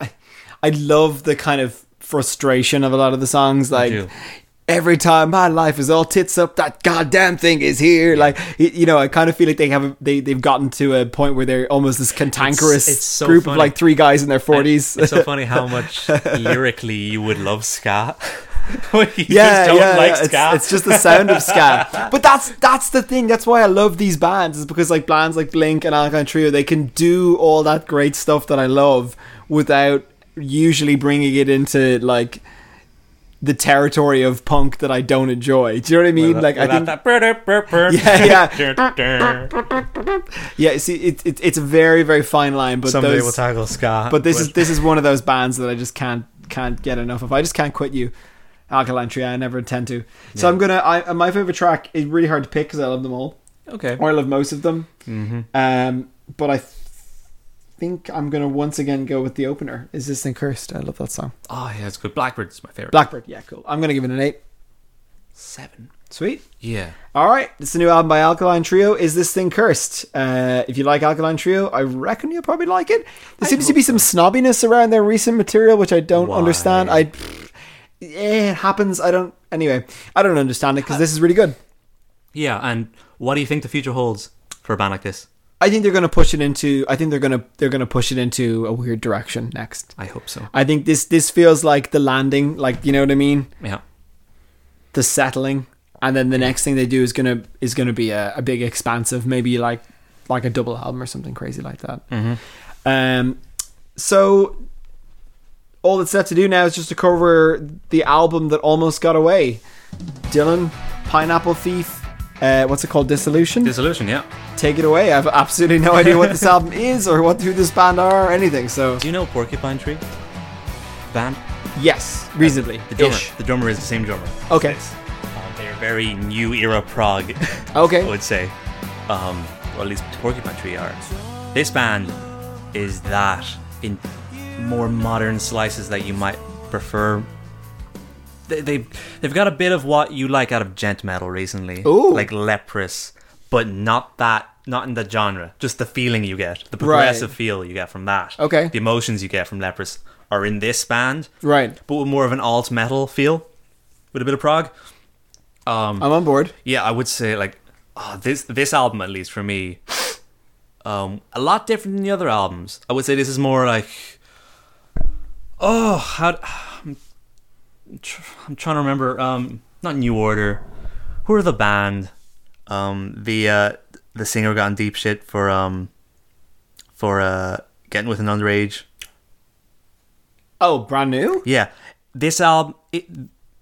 D: I, I love the kind of frustration of a lot of the songs.
E: do.
D: Like every time my life is all tits up, that goddamn thing is here. Like y- you know, I kind of feel like they have a, they they've gotten to a point where they're almost this cantankerous
E: it's so
D: group
E: funny.
D: of like three guys in their forties.
E: It's so funny how much lyrically you would love ska. When you
D: yeah,
E: just don't
D: yeah,
E: like
D: yeah. It's-
E: ska.
D: It's, just the sound of ska. But that's that's the thing. That's why I love these bands is because like bands like Blink and Alkaline Trio, they can do all that great stuff that I love without usually bringing it into like the territory of punk that I don't enjoy. Do you know what I mean? like I think Yeah,
E: yeah, yeah.
D: yeah. See, it, it, it's a very very fine line, but
E: Someday
D: those,
E: we'll tackle ska.
D: But this is this is one of those bands that I just can't can't get enough of. I just can't quit you, Alkaline Trio. I never intend to. So I'm gonna. I uh, my favorite track is really hard to pick because I love them all,
E: okay. Mm-hmm.
D: or I love most of them. Um, but I th- think I'm gonna once again go with the opener. Is this thing cursed? I love that song.
E: Oh yeah, it's good. Blackbird's my favorite.
D: Blackbird. Yeah, cool. I'm gonna give it an eight.
E: Seven.
D: Sweet.
E: Yeah.
D: All right, it's the new album by Alkaline Trio. Is this thing cursed? Uh, if you like Alkaline Trio, I reckon you'll probably like it. There seems to be some snobbiness around their recent material, which I don't
E: Why?
D: understand. I, pfft, eh, it happens. I don't. Anyway, I don't understand it because this is really good.
E: Yeah, and what do you think the future holds for a band like this?
D: I think they're going to push it into. I think they're going to they're going to push it into a weird direction next.
E: I hope so.
D: I think this this feels like the landing. Like you know what I mean.
E: Yeah.
D: the settling, and then the next thing they do is gonna is gonna be a, a big expansive, maybe like like a double album or something crazy like that. Um, so all that's left to do now is just to cover the album that almost got away. Dylan, Pineapple Thief. Uh, what's it called? Dissolution.
E: Dissolution, yeah.
D: Take it away. I have absolutely no idea what this album is or what who this band are or anything. So
E: Do you know Porcupine Tree? Band?
D: yes, reasonably.
E: The drummer.
D: Ish.
E: The drummer is the same drummer.
D: Okay.
E: Um, they are very new era prog. I
D: Okay.
E: would say. Um, well, at least Porcupine Tree are. This band is that in more modern slices that you might prefer. They, they they've got a bit of what you like out of gent metal recently,
D: Ooh.
E: like Leprous, but not that. Not in the genre, just the feeling you get, the
D: Right.
E: progressive feel you get from that.
D: Okay.
E: The emotions you get from Leprous are in this band,
D: Right.
E: but with more of an alt metal feel, with a bit of prog. Um,
D: I'm on board.
E: yeah, I would say like ah, this this album at least for me, um, a lot different than the other albums. I would say this is more like oh, how I'm, tr- I'm trying to remember. Um, not New Order. Who are the band? Um, the uh, the singer got in deep shit for um for uh getting with an underage.
D: Oh, brand new.
E: Yeah, this album it,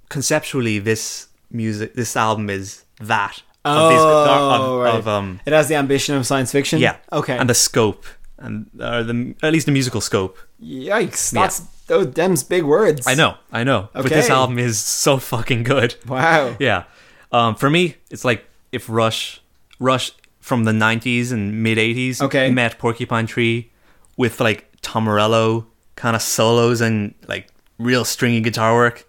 E: conceptually, this music, this album is that of, this,
D: Oh,
E: of,
D: right.
E: of um,
D: It has the ambition of science fiction.
E: yeah,
D: Okay.
E: and the scope and or the at least the musical scope.
D: Yikes! That's those them's big words.
E: I know, I know, but this
D: Okay.
E: album is so fucking good.
D: Wow.
E: Yeah, um, for me, it's like if Rush, Rush from the '90s and mid '80s,
D: Okay.
E: met Porcupine Tree with like Tom Morello kind of solos and like real stringy guitar work,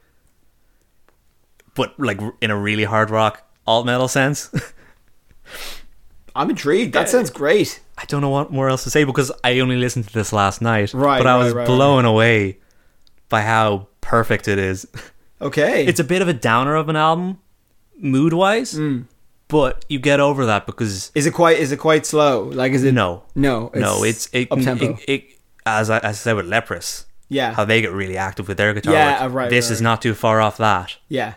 E: but like in a really hard rock alt metal sense.
D: I'm intrigued. That sounds great.
E: I don't know what more else to say because I only listened to this last night.
D: Right,
E: But I
D: right,
E: was
D: right, right,
E: blown away by how perfect it is.
D: Okay.
E: It's a bit of a downer of an album, mood wise,
D: Mm.
E: but you get over that because
D: is it quite is it quite slow? Like is it
E: no.
D: No, it's
E: no, it's it,
D: up tempo.
E: it, it- as I, as I said with Leprous,
D: Yeah.
E: how they get really active with their guitar.
D: Yeah,
E: work.
D: right,
E: This
D: right,
E: is
D: right.
E: not too far off that.
D: Yeah.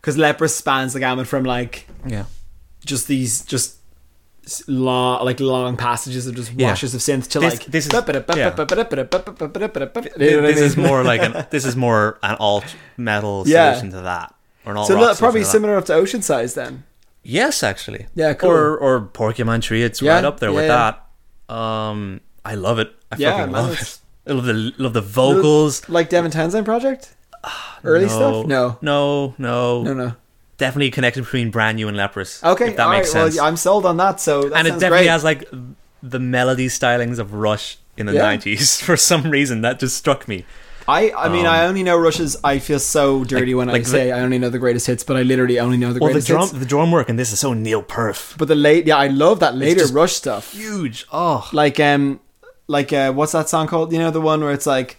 D: Cuz Leprous spans the gamut from like
E: Yeah.
D: just these just s- long like long passages of just
E: Yeah.
D: washes of synth to
E: This-
D: like
E: this is-
D: You know what I
E: this is
D: mean?
E: more like an this is more an alt metal
D: Yeah.
E: solution to that. Or an alt
D: so
E: rock
D: look, probably
E: solution to that.
D: similar enough to Ocean Size then.
E: Yes, actually.
D: Yeah, cool.
E: Or or Porcupine Tree, it's
D: Yeah,
E: right up there
D: yeah,
E: with
D: yeah.
E: that. Um, I love it. I
D: Yeah,
E: fucking
D: man,
E: love
D: it's-
E: it. I love the love the vocals.
D: like Devin Townsend project? Early stuff? No.
E: no, no,
D: No, no.
E: Definitely a connection between brand new and Leprous.
D: Okay,
E: if that
D: all
E: makes
D: right,
E: sense.
D: Well, I'm sold on that. So that
E: and it
D: sounds
E: definitely
D: great.
E: has like the melody stylings of Rush in the
D: Yeah.
E: nineties. For some reason, that just struck me.
D: I, I mean,
E: Um,
D: I only know Rush's. I feel so dirty when I
E: like the-
D: say I only know the greatest hits, but I literally only know the
E: Well, the
D: greatest
E: drum,
D: hits.
E: the drum work in this is so Neil Perf.
D: But the late, yeah, I love that later
E: just-
D: Rush stuff.
E: Huge. Oh,
D: Like, um, like, uh, what's that song called? You know, the one where it's like,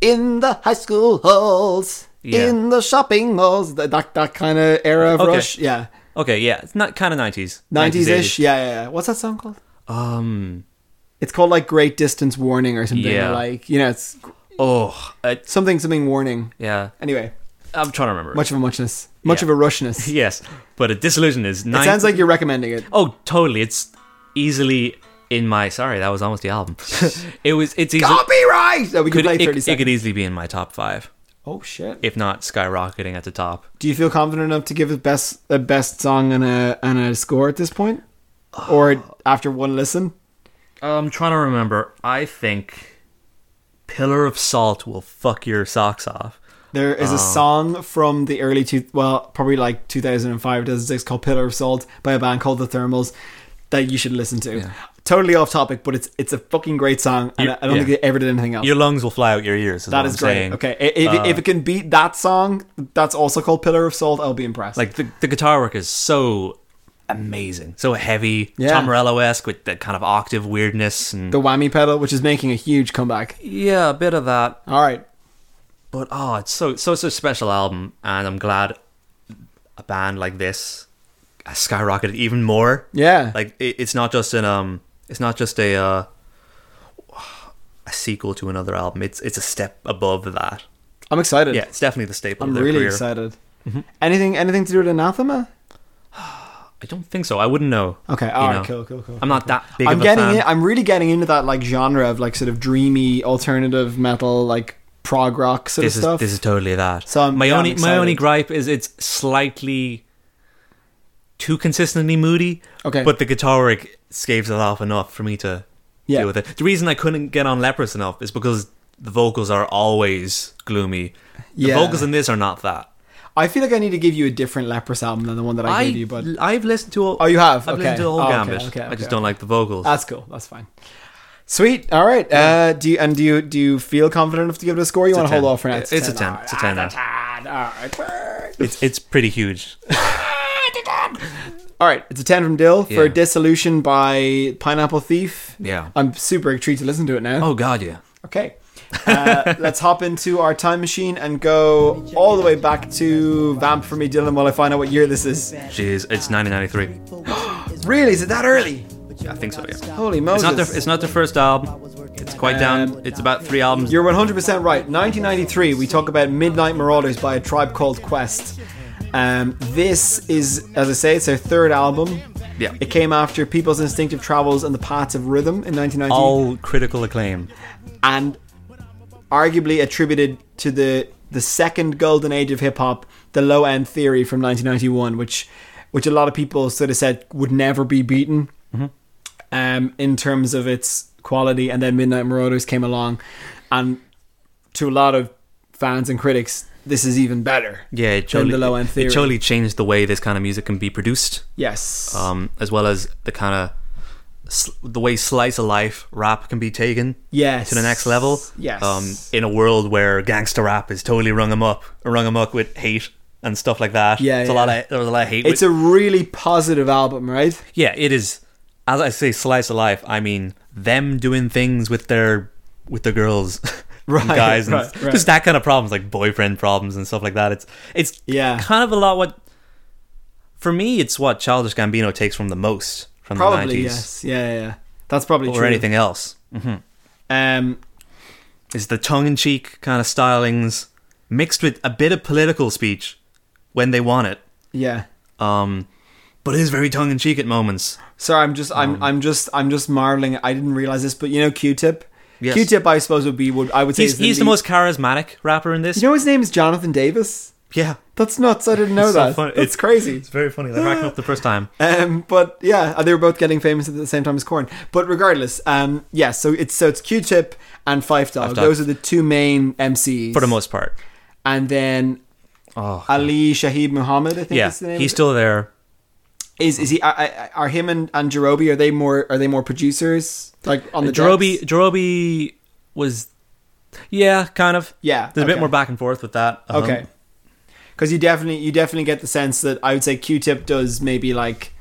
D: in the high school halls,
E: Yeah.
D: in the shopping malls, that that, that kind of era of
E: Okay.
D: Rush. Yeah,
E: okay, yeah, it's not kind of nineties,
D: nineties ish. Yeah, yeah, yeah. What's that song called?
E: Um,
D: It's called like Great Distance Warning or something. or,
E: Yeah.
D: like you know, it's
E: oh, I,
D: something something warning.
E: yeah.
D: Anyway,
E: I'm trying to remember.
D: much of a muchness, much
E: Yeah.
D: of a rushness.
E: Yes, but a disillusion is nine.
D: It sounds like you're recommending it.
E: oh, totally. It's easily in my. Sorry, that was almost the album. it was. It's easily.
D: Copyright. So we can
E: Could,
D: play
E: it,
D: thirty
E: it
D: seconds.
E: could easily be in my top five,
D: oh shit!
E: if not skyrocketing at the top.
D: Do you feel confident enough to give the best a best song and a and a score at this point,
E: Uh.
D: or after one listen?
E: I'm trying to remember. I think Pillar of Salt will fuck your socks off.
D: There
E: Uh.
D: is a song from the early two, well, probably like 2005, 2006 called "Pillar of Salt" by a band called The Thermals that you should listen to. Totally off topic, but it's it's a fucking great song, and
E: You-
D: I don't
E: yeah.
D: think they ever did anything else.
E: Your lungs will fly out your ears.
D: that is great. Okay, I- if,
E: Uh.
D: if it can beat that song, that's also called "Pillar of Salt," I'll be impressed.
E: Like the, the guitar work is so amazing, so heavy,
D: Yeah.
E: Tom Morello esque with that kind of octave weirdness and
D: the whammy pedal, which is making a huge comeback.
E: yeah, a bit of that.
D: All right,
E: but oh, it's so so it's a special album, and I'm glad a band like this has skyrocketed even more.
D: yeah,
E: Like it, it's not just an um, it's not just a uh, a sequel to another album. It's it's a step above that.
D: I'm excited.
E: Yeah, it's definitely the staple.
D: I'm
E: of their
D: really
E: career. Mm-hmm.
D: excited. Anything anything to do with Anathema?
E: I don't think so. I wouldn't know.
D: Okay,
E: you
D: all right,
E: know.
D: cool, cool, cool.
E: I'm not that big.
D: I'm
E: of a
D: getting
E: fan.
D: in, I'm really getting into that like genre of like sort of dreamy alternative metal, like prog rock sort of
E: this is
D: stuff.
E: this is totally that.
D: So I'm-
E: my
D: yeah, I'm
E: only my
D: excited.
E: only gripe is it's slightly too consistently moody.
D: Okay.
E: but the guitar work scaves it off enough for me to
D: Yeah.
E: deal with it. The reason I couldn't get on Leprous enough is because the vocals are always gloomy. The
D: Yeah.
E: vocals in this are not that.
D: I feel like I need to give you a different Leprous album than the one that I, gave you, but
E: I've listened to all.
D: Oh, you have?
E: I've
D: Okay.
E: listened to the whole
D: Oh, okay,
E: gambit.
D: okay,
E: I just
D: okay. Uh,
E: don't like the vocals.
D: that's cool. That's fine. Sweet. All right. Uh, do you and do you do you feel confident enough to give it a score? You
E: It's a
D: want to
E: 10.
D: hold off for now?
E: It's a 10. It's a 10
D: All right. All right.
E: it's it's pretty huge.
D: All right, it's a 10 from Dill for
E: Yeah.
D: Dissolution by Pineapple Thief.
E: Yeah.
D: I'm super intrigued to listen to it now.
E: Oh God, yeah.
D: Okay. Uh, let's hop into our time machine and go all the way back to Vamp for me, Dylan, while I find out what year this is.
E: Jeez, it's 1993.
D: Really? Is it that early?
E: I think so. Yeah.
D: Holy Moses.
E: It's not the it's not the first album. It's quite down. It's about three albums.
D: You're 100% right. 1993, we talk about Midnight Marauders by a tribe called Quest. Um, this is, as I say, it's their third album.
E: Yeah.
D: It came after People's Instinctive Travels and the Paths of Rhythm in 1990.
E: all critical acclaim.
D: and arguably attributed to the the second golden age of hip hop, the low end theory from 1991, which which
E: Mm-hmm.
D: a lot of people sort of said would never be beaten um, in terms of its quality, and then Midnight Marauders came along, and to a lot of fans and critics, this is even better.
E: Yeah, it
D: than
E: totally,
D: the low end theory.
E: it totally um, changed the way this kind of music can be produced,
D: yes,
E: um, as well as the kind of sl- the way slice of life rap can be taken
D: yes,
E: to the next level.
D: Yes,
E: Um, in a world where gangster rap is totally rung em up, rung em up with hate and stuff like that.
D: Yeah,
E: It's a
D: yeah.
E: lot of there was a lot of hate.
D: it's a really positive album, right?
E: yeah, it is. As I say, slice of life. I mean them doing things with their with the girls. and
D: Right,
E: guys and
D: right, right.
E: just that kind of problems like boyfriend problems and stuff like that it's it's
D: Yeah.
E: kind of a lot what for me it's what childish gambino takes from the most from the 90s
D: Probably yes, yeah, yeah. yeah. That's probably
E: or
D: true.
E: anything else
D: Um,
E: is the tongue-in-cheek kind of stylings mixed with a bit of political speech when they want it
D: yeah.
E: um but it is very tongue-in-cheek at moments
D: Sorry, I'm just I'm I'm just I'm just marveling. I didn't realize this, but you know, Q-Tip.
E: Yes.
D: Q-Tip, I suppose would be would I would say
E: he's,
D: is
E: he's the
D: lead-
E: most charismatic rapper in this
D: You know, his name is Jonathan Davis.
E: yeah
D: That's nuts. I didn't know
E: It's so
D: that.
E: funny.
D: It's crazy.
E: it's very funny i racking up the first time
D: Um, but yeah, they were both getting famous at the same time as Corn. But regardless, um, yeah. So it's so it's Q-Tip and Five Dog.
E: Five Dog.
D: Those are the two main MCs
E: for the most part
D: And then
E: oh
D: Ali Shahid Muhammad, I think
E: yeah
D: is the name.
E: he's still there
D: is is he? Are, are- are him and and Jerobi, Are they more? Are they more producers? Like on the
E: Jerobi
D: decks?
E: Jerobi Uh, was yeah kind of
D: Yeah,
E: there's a
D: okay.
E: bit more back and forth with that Um,
D: Okay. Because you definitely you definitely get the sense that I would say Q-Tip does maybe like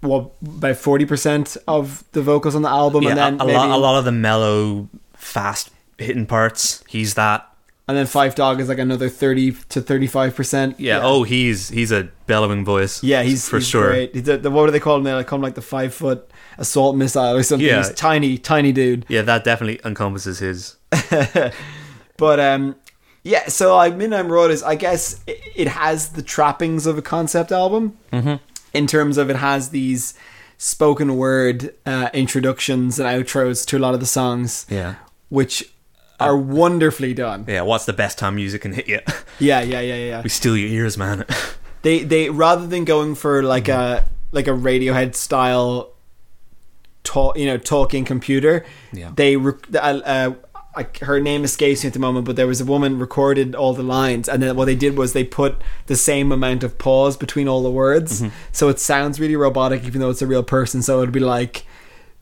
D: what about forty percent of the vocals on the album,
E: yeah,
D: and then
E: a, a
D: maybe,
E: lot a lot of the mellow fast hitting parts he's that
D: and then Five Dog is like another thirty to thirty-five percent.
E: Yeah. Oh, he's he's a bellowing voice.
D: yeah, he's
E: for
D: he's
E: sure.
D: great. He's The, the- what do they call him? They like call him like the five-foot assault missile or something.
E: Yeah.
D: He's tiny, tiny dude.
E: Yeah, that definitely encompasses his.
D: But um, yeah. So like Midnight Marauders, I guess it, it has the trappings of a concept album in terms of it has these spoken word uh, introductions and outros to a lot of the songs,
E: Yeah.
D: which are wonderfully done.
E: Yeah. What's the best time music can hit you?
D: Yeah, yeah, yeah, yeah.
E: we
D: yeah.
E: steal your ears, man.
D: They they rather than going for like a
E: Mm-hmm.
D: like a Radiohead style, talk you know talking computer.
E: Yeah.
D: They rec- uh, uh, I, her name escapes me at the moment, but there was a woman recorded all the lines, and then what they did was they put the same amount of pause between all the words,
E: Mm-hmm.
D: so it sounds really robotic, even though it's a real person. So it'd be like.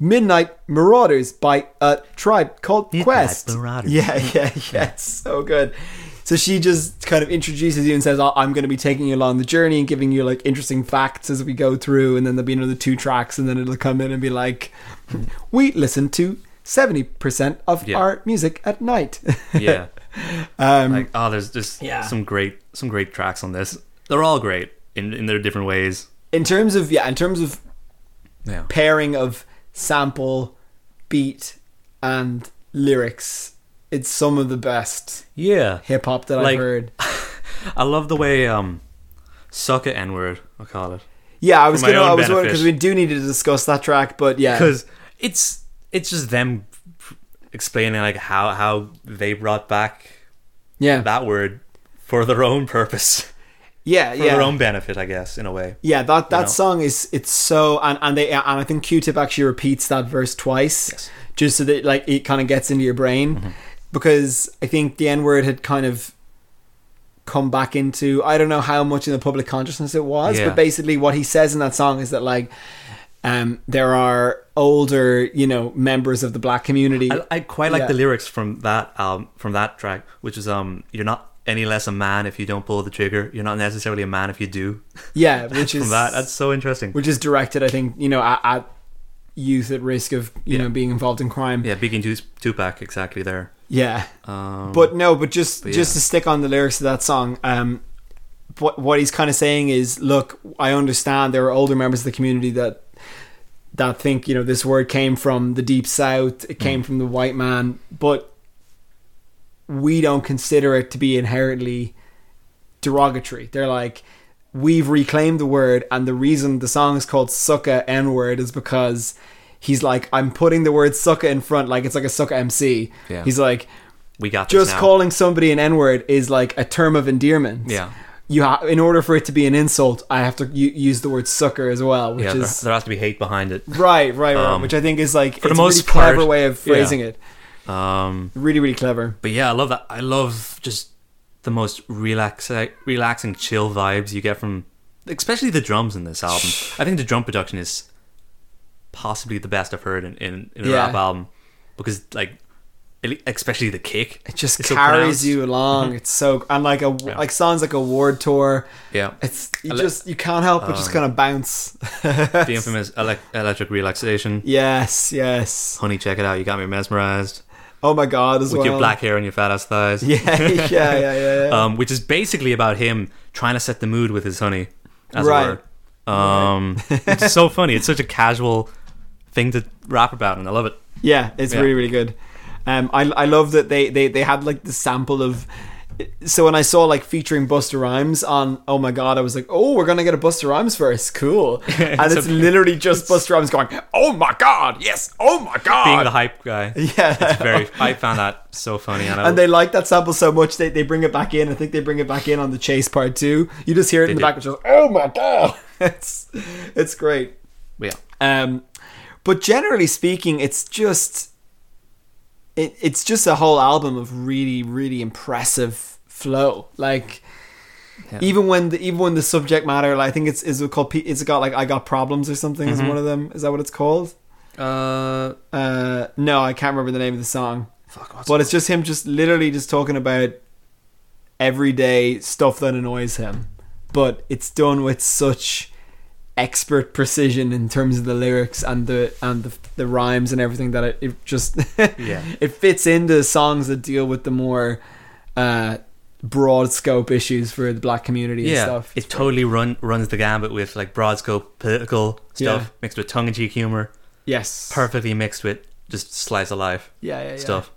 D: Midnight Marauders by a tribe called
E: Midnight
D: Quest.
E: Marauders.
D: Yeah, yeah, yeah. It's so good. So she just kind of introduces you and says, "Oh, "I'm going to be taking you along the journey and giving you like interesting facts as we go through." And then there'll be another two tracks, and then it'll come in and be like, "We listen to seventy percent of
E: Yeah.
D: our music at night."
E: yeah.
D: um,
E: Like oh, there's just
D: Yeah.
E: some great some great tracks on this. They're all great in in their different ways.
D: in terms of yeah, in terms of
E: Yeah.
D: pairing of sample, beat, and lyrics, it's some of the best
E: Yeah.
D: hip hop that I've
E: Like-
D: heard.
E: I love the way um, suck it n word. I call it
D: Yeah, I was
E: my
D: gonna.
E: own
D: I was wondering
E: benefit.
D: because we do need to discuss that track, but yeah,
E: because it's it's just them explaining like how how they brought back
D: yeah,
E: that word for their own purpose.
D: yeah,
E: for
D: yeah.
E: their own benefit, I guess, in a way.
D: Yeah, that that
E: know?
D: song is it's so and and they and I think Q-Tip actually repeats that verse twice,
E: Yes. Mm-hmm.
D: just so that like it kind of gets into your brain, because I think the N-word had kind of come back into I don't know how much in the public consciousness it was,
E: Yeah.
D: but basically what he says in that song is that like. Um, there are older, you know, members of the black community.
E: I, I quite like
D: Yeah.
E: the lyrics from that um from that track, which is um you're not any less a man if you don't pull the trigger. You're not necessarily a man if you do.
D: yeah, which is
E: from that, that's so interesting.
D: which is directed, I think, you know, at, at youth at risk of you
E: Yeah.
D: know being involved in crime.
E: yeah, Biggie and Tup- Tupac, exactly there.
D: yeah.
E: Um,
D: but no, but just
E: but
D: just
E: yeah.
D: to stick on the lyrics of that song, um, what what he's kind of saying is, look, I understand there are older members of the community that that think you know this word came from the deep south, it
E: Hmm.
D: came from the white man, but we don't consider it to be inherently derogatory. They're like, we've reclaimed the word, and the reason the song is called "sucka" N word is because he's like, I'm putting the word "sucka" in front, like it's like a "sucka" MC.
E: Yeah.
D: He's like,
E: we got this
D: just
E: now.
D: calling somebody an N word is like a term of endearment.
E: Yeah.
D: you ha- in order for it to be an insult, I have to u- use the word sucker as well, which
E: yeah,
D: is
E: there, there has to be hate behind it.
D: right, right, right,
E: Um,
D: which I think is like
E: for the
D: it's a
E: most
D: really clever
E: part,
D: way of
E: yeah.
D: phrasing it.
E: Um,
D: Really, really clever.
E: but yeah, I love that. I love just the most relax, uh, relaxing, chill vibes you get from, especially the drums in this album. I think the drum production is possibly the best I've heard in, in, in a
D: Yeah.
E: rap album because, like, ele- especially the kick,
D: It just
E: is so
D: carries
E: pronounced. Mm-hmm.
D: you along. It's so and like a like sounds like a ward tour.
E: Yeah,
D: It's you
E: I li-
D: just you can't help but just kind of bounce.
E: the infamous elec electric relaxation.
D: yes, yes.
E: Honey, check it out. You got me mesmerized
D: Oh my god, as
E: with
D: well.
E: your black hair and your fat ass thighs.
D: Yeah, yeah, yeah, yeah. yeah.
E: um, which is basically about him trying to set the mood with his honey, as
D: Right.
E: it were. Um, it's so funny. It's such a casual thing to rap about, and I love it.
D: Yeah, it's
E: Yeah.
D: really really good. Um, I I love that they they they had like the sample of. So when I saw like featuring Buster Rhymes on Oh My God, I was like, oh, we're gonna get a Buster Rhymes verse, cool. And it's literally just Buster Rhymes going, oh my God, yes, oh my
E: Being
D: God.
E: the hype guy,
D: yeah,
E: it's very. I found that so funny, and, I,
D: and they like that sample so much they, they bring it back in. I think they bring it back in on the chase part too. You just hear it in the
E: do.
D: back, which is oh my god, it's it's great.
E: yeah,
D: Um, but generally speaking, it's just it, it's just a whole album of really really impressive flow. Like even when the even when the subject matter, like, I think it's is it called P- it's got like I got problems or something is one of them. Is that what it's called?
E: uh,
D: Uh, no, I can't remember the name of the song.
E: fuck, what's
D: But it's just him just literally just talking about everyday stuff that annoys him. But it's done with such expert precision in terms of the lyrics and the and the, the rhymes and everything that it, it just
E: Yeah.
D: it fits into songs that deal with the more uh, broad scope issues for the black community and
E: yeah,
D: stuff.
E: it totally run runs the gambit with like broad scope political stuff
D: Yeah.
E: mixed with tongue in cheek humor,
D: yes,
E: perfectly mixed with just slice of life
D: Yeah, yeah, yeah.
E: stuff.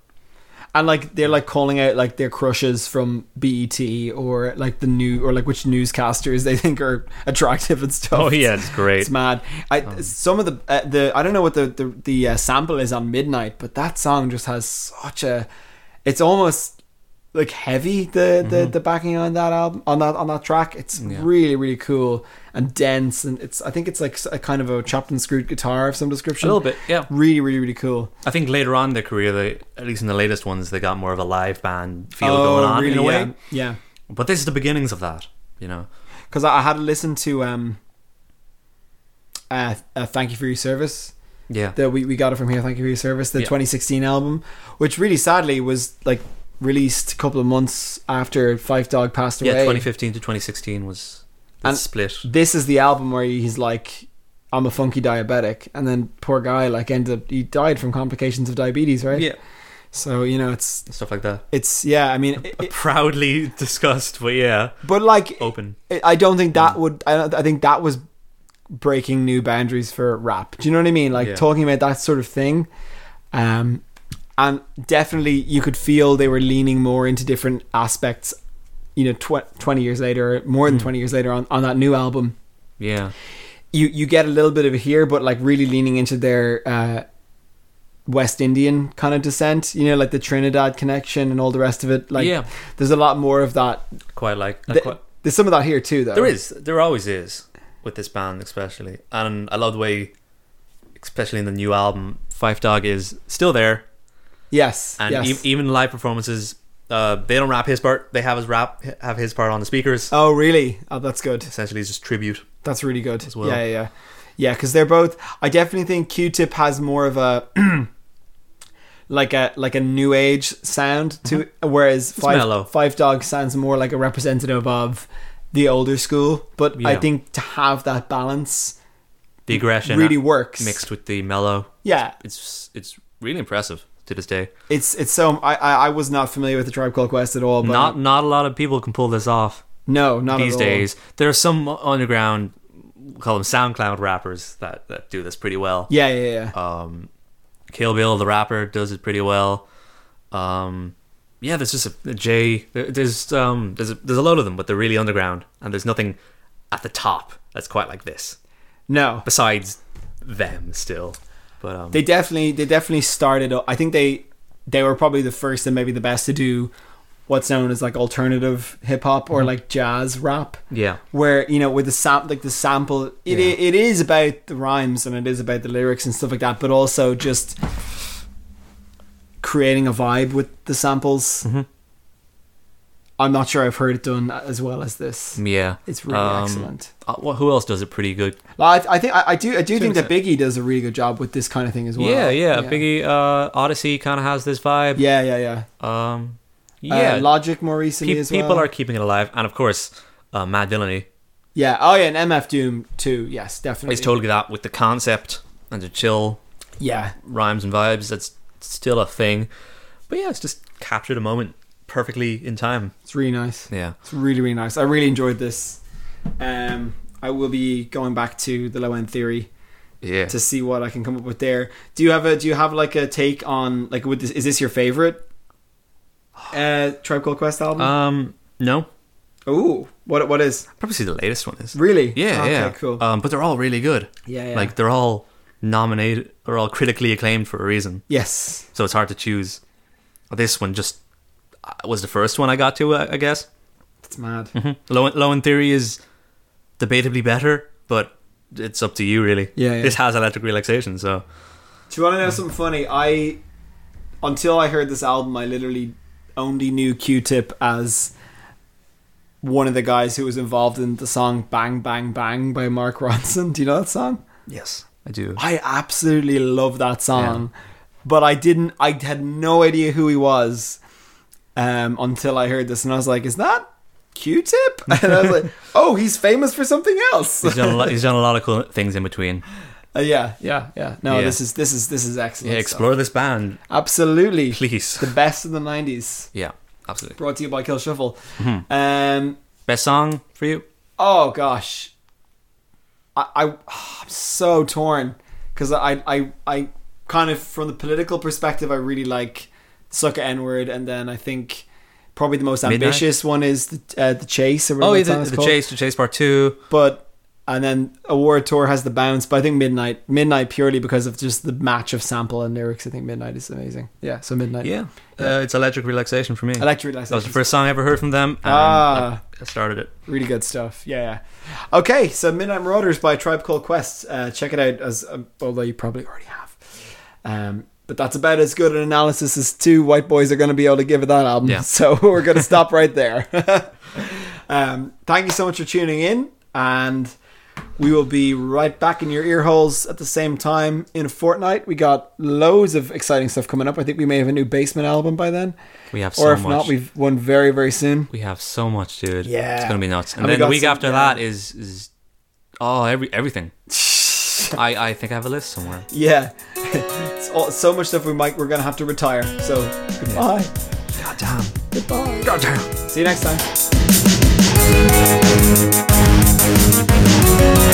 D: and like they're like calling out like their crushes from BET or like the new or like which newscasters they think are attractive and stuff.
E: Oh yeah, it's great. Um,
D: It's mad. I some of the uh, the I don't know what the the, the uh, sample is on midnight, but that song just has such a. It's almost like heavy the the,
E: Mm-hmm.
D: the backing on that album on that on that track. It's really really cool and dense, and it's I think it's like a kind of a chopped and screwed guitar of some description.
E: a little bit, yeah.
D: Really really really cool.
E: I think later on in their career, they at least in the latest ones, they got more of a live band feel going on in a way.
D: Oh, um, Yeah.
E: But this is the beginnings of that, you know.
D: because I, I had to listen to um, uh, uh, "Thank You for Your Service."
E: Yeah,
D: That we, we got it from here. Thank you for your service. The
E: Yeah.
D: 2016 album, which really sadly was like released a couple of months after Five Dog passed away.
E: yeah. 2015 to 2016 was the
D: And-
E: split.
D: This is the album where he's like, "I'm a funky diabetic," and then poor guy like ended up he died from complications of diabetes, right?
E: Yeah,
D: So you know it's
E: stuff like that.
D: it's yeah. I mean, it- it-
E: Proudly discussed, but yeah,
D: but like
E: open.
D: I I don't think
E: Hmm.
D: that would. I, don't- I think that was breaking new boundaries for rap. Do you know what I mean? Like
E: Yeah.
D: talking about that sort of thing, um, and definitely you could feel they were leaning more into different aspects. You know, tw- twenty years later, more
E: Hmm.
D: than twenty years later, on, on that new album,
E: Yeah,
D: you you get a little bit of it here, but like really leaning into their uh, West Indian kind of descent. You know, like the Trinidad connection and all the rest of it. Like,
E: Yeah.
D: there's a lot more of that.
E: quite like uh,
D: Th-
E: quite-
D: there's some of that here too, though.
E: there is, there always is with this band, especially. And I love the way, especially in the new album, Five Dog is still there,
D: Yes.
E: and
D: yes.
E: e- even live performances. Uh, they don't rap his part; they have his rap, have his part on the speakers.
D: Oh, really? Oh, that's good.
E: Essentially, it's just tribute.
D: That's really good.
E: well.
D: Yeah, yeah, yeah. Yeah, because they're both. I definitely think Q-Tip has more of a like a like a new age sound to, it, whereas
E: Mm-hmm. mellow.
D: Five Five Dog sounds more like a representative of the older school. But I
E: Yeah.
D: think to have that balance
E: the aggression
D: really works.
E: mixed with the mellow.
D: Yeah,
E: It's it's really impressive to this day.
D: it's it's so. I I, I was not familiar with the Tribe Called Quest at all. But
E: Not not a lot of people can pull this off
D: no, not
E: these
D: at all.
E: days. There are some underground, we'll call them SoundCloud rappers that that do this pretty well.
D: Yeah, yeah, yeah.
E: Um, Kill Bill the rapper does it pretty well. Um, yeah, there's just a, a J. there- There's um there's a, there's a lot of them, but they're really underground, and there's nothing at the top that's quite like this.
D: no,
E: Besides them, still. But um,
D: they definitely they definitely started o- i think they they were probably the first and maybe the best to do what's known as like alternative hip hop
E: Mm-hmm.
D: or like jazz rap.
E: Yeah.
D: Where you know, with the sam like the sample, it
E: Yeah.
D: it is about the rhymes and it is about the lyrics and stuff like that, but also just creating a vibe with the samples.
E: Mm-hmm.
D: I'm not sure I've heard it done as well as this.
E: Yeah.
D: It's really
E: Mm. Um,
D: excellent.
E: Uh, wh- who else does it pretty good?
D: Well, I, I think I, I do. I do think that
E: extent.
D: Biggie does a really good job with this kind of thing as well.
E: yeah, yeah, Biggie uh, Odyssey kind of has this vibe.
D: Yeah, yeah, yeah.
E: Um,
D: Yeah,
E: yeah.
D: uh, Logic more
E: Pe-
D: recently as well.
E: people are keeping it alive, and of course, uh, Matt Dillony
D: Yeah. Oh, yeah. And MF Doom too. Yes, definitely.
E: is totally that with the concept and the chill
D: Yeah.
E: rhymes and vibes. That's still a thing, but yeah, it's just captured a moment perfectly in time.
D: It's really nice.
E: Yeah,
D: It's really really nice. I really enjoyed this. Um, I will be going back to the low end theory
E: yeah.
D: to see what I can come up with there. Do you have a Do you have like a take on like would this is this your favorite? Uh, Tribe Called Quest album.
E: um, no,
D: Ooh, what what is
E: probably see the latest one is.
D: really?
E: Yeah,
D: okay,
E: yeah,
D: cool.
E: Um, but they're all really good.
D: Yeah, yeah.
E: like they're all nominated. They're all critically acclaimed for a reason.
D: yes,
E: so it's hard to choose. This one just uh, was the first one I got to, uh, I I guess.
D: it's mad.
E: Low, low in theory is debatably better, but it's up to you really.
D: Yeah, yeah.
E: This has electric relaxation, so
D: Do you want to know something funny? I until I heard this album, I literally only knew Q-Tip as one of the guys who was involved in the song "Bang Bang Bang" by Mark Ronson. Do you know that song?
E: yes, I do.
D: I absolutely love that song, but I didn't. I had no idea who he was um, until I heard this, and I was like, "Is that Q-Tip?" And I was like, "Oh, he's famous for something else."
E: He's done, a lot, he's done a lot of cool things in between.
D: Uh, yeah, yeah, yeah. No,
E: Yeah.
D: this is this is this is
E: Yeah,
D: excellent. stuff.
E: explore this band,
D: Absolutely.
E: please.
D: The best of the 90s.
E: Yeah, absolutely.
D: Brought to you by Kill Shuffle.
E: Mm-hmm.
D: Um,
E: Best song for you?
D: oh, gosh. I, I, I'm so torn because I, I, I kind of, from the political perspective, I really like Sucker N Word. And then I think probably the most
E: Midnight?
D: ambitious one is the, uh, the Chase or whatever
E: oh, yeah,
D: that song
E: the,
D: is
E: the
D: called.
E: Chase, the Chase Part Two.
D: But. And then Award Tour has the bounce, but I think Midnight, Midnight purely because of just the match of sample and lyrics. I think Midnight is amazing. Yeah, so Midnight.
E: Yeah, Uh, it's electric relaxation for me.
D: Electric
E: that was the
D: Relaxation.
E: first song I ever heard from them. And
D: Ah.
E: I started it.
D: Really good stuff. Yeah, yeah. Okay, so Midnight Marauders by Tribe Called Quest. Uh, check it out, as um, although you probably already have. Um, but that's about as good an analysis as two white boys are going to be able to give of that album.
E: Yeah.
D: So we're going to stop right there. um, thank you so much for tuning in, and we will be right back in your ear holes at the same time in a fortnight. We got loads of exciting stuff coming up. I think we may have a new Basement album by then,
E: We have
D: or
E: so
D: if
E: much.
D: not, we've one very very soon.
E: We have so much, dude.
D: Yeah.
E: it's gonna be nuts. And,
D: And we
E: then the
D: got
E: week
D: some-
E: after
D: yeah.
E: that is is oh every everything. I I think I have a list somewhere.
D: Yeah, it's all, so much stuff we might we're gonna have to retire. So goodbye,
E: God damn.
D: goodbye.
E: God damn.
D: See you next time.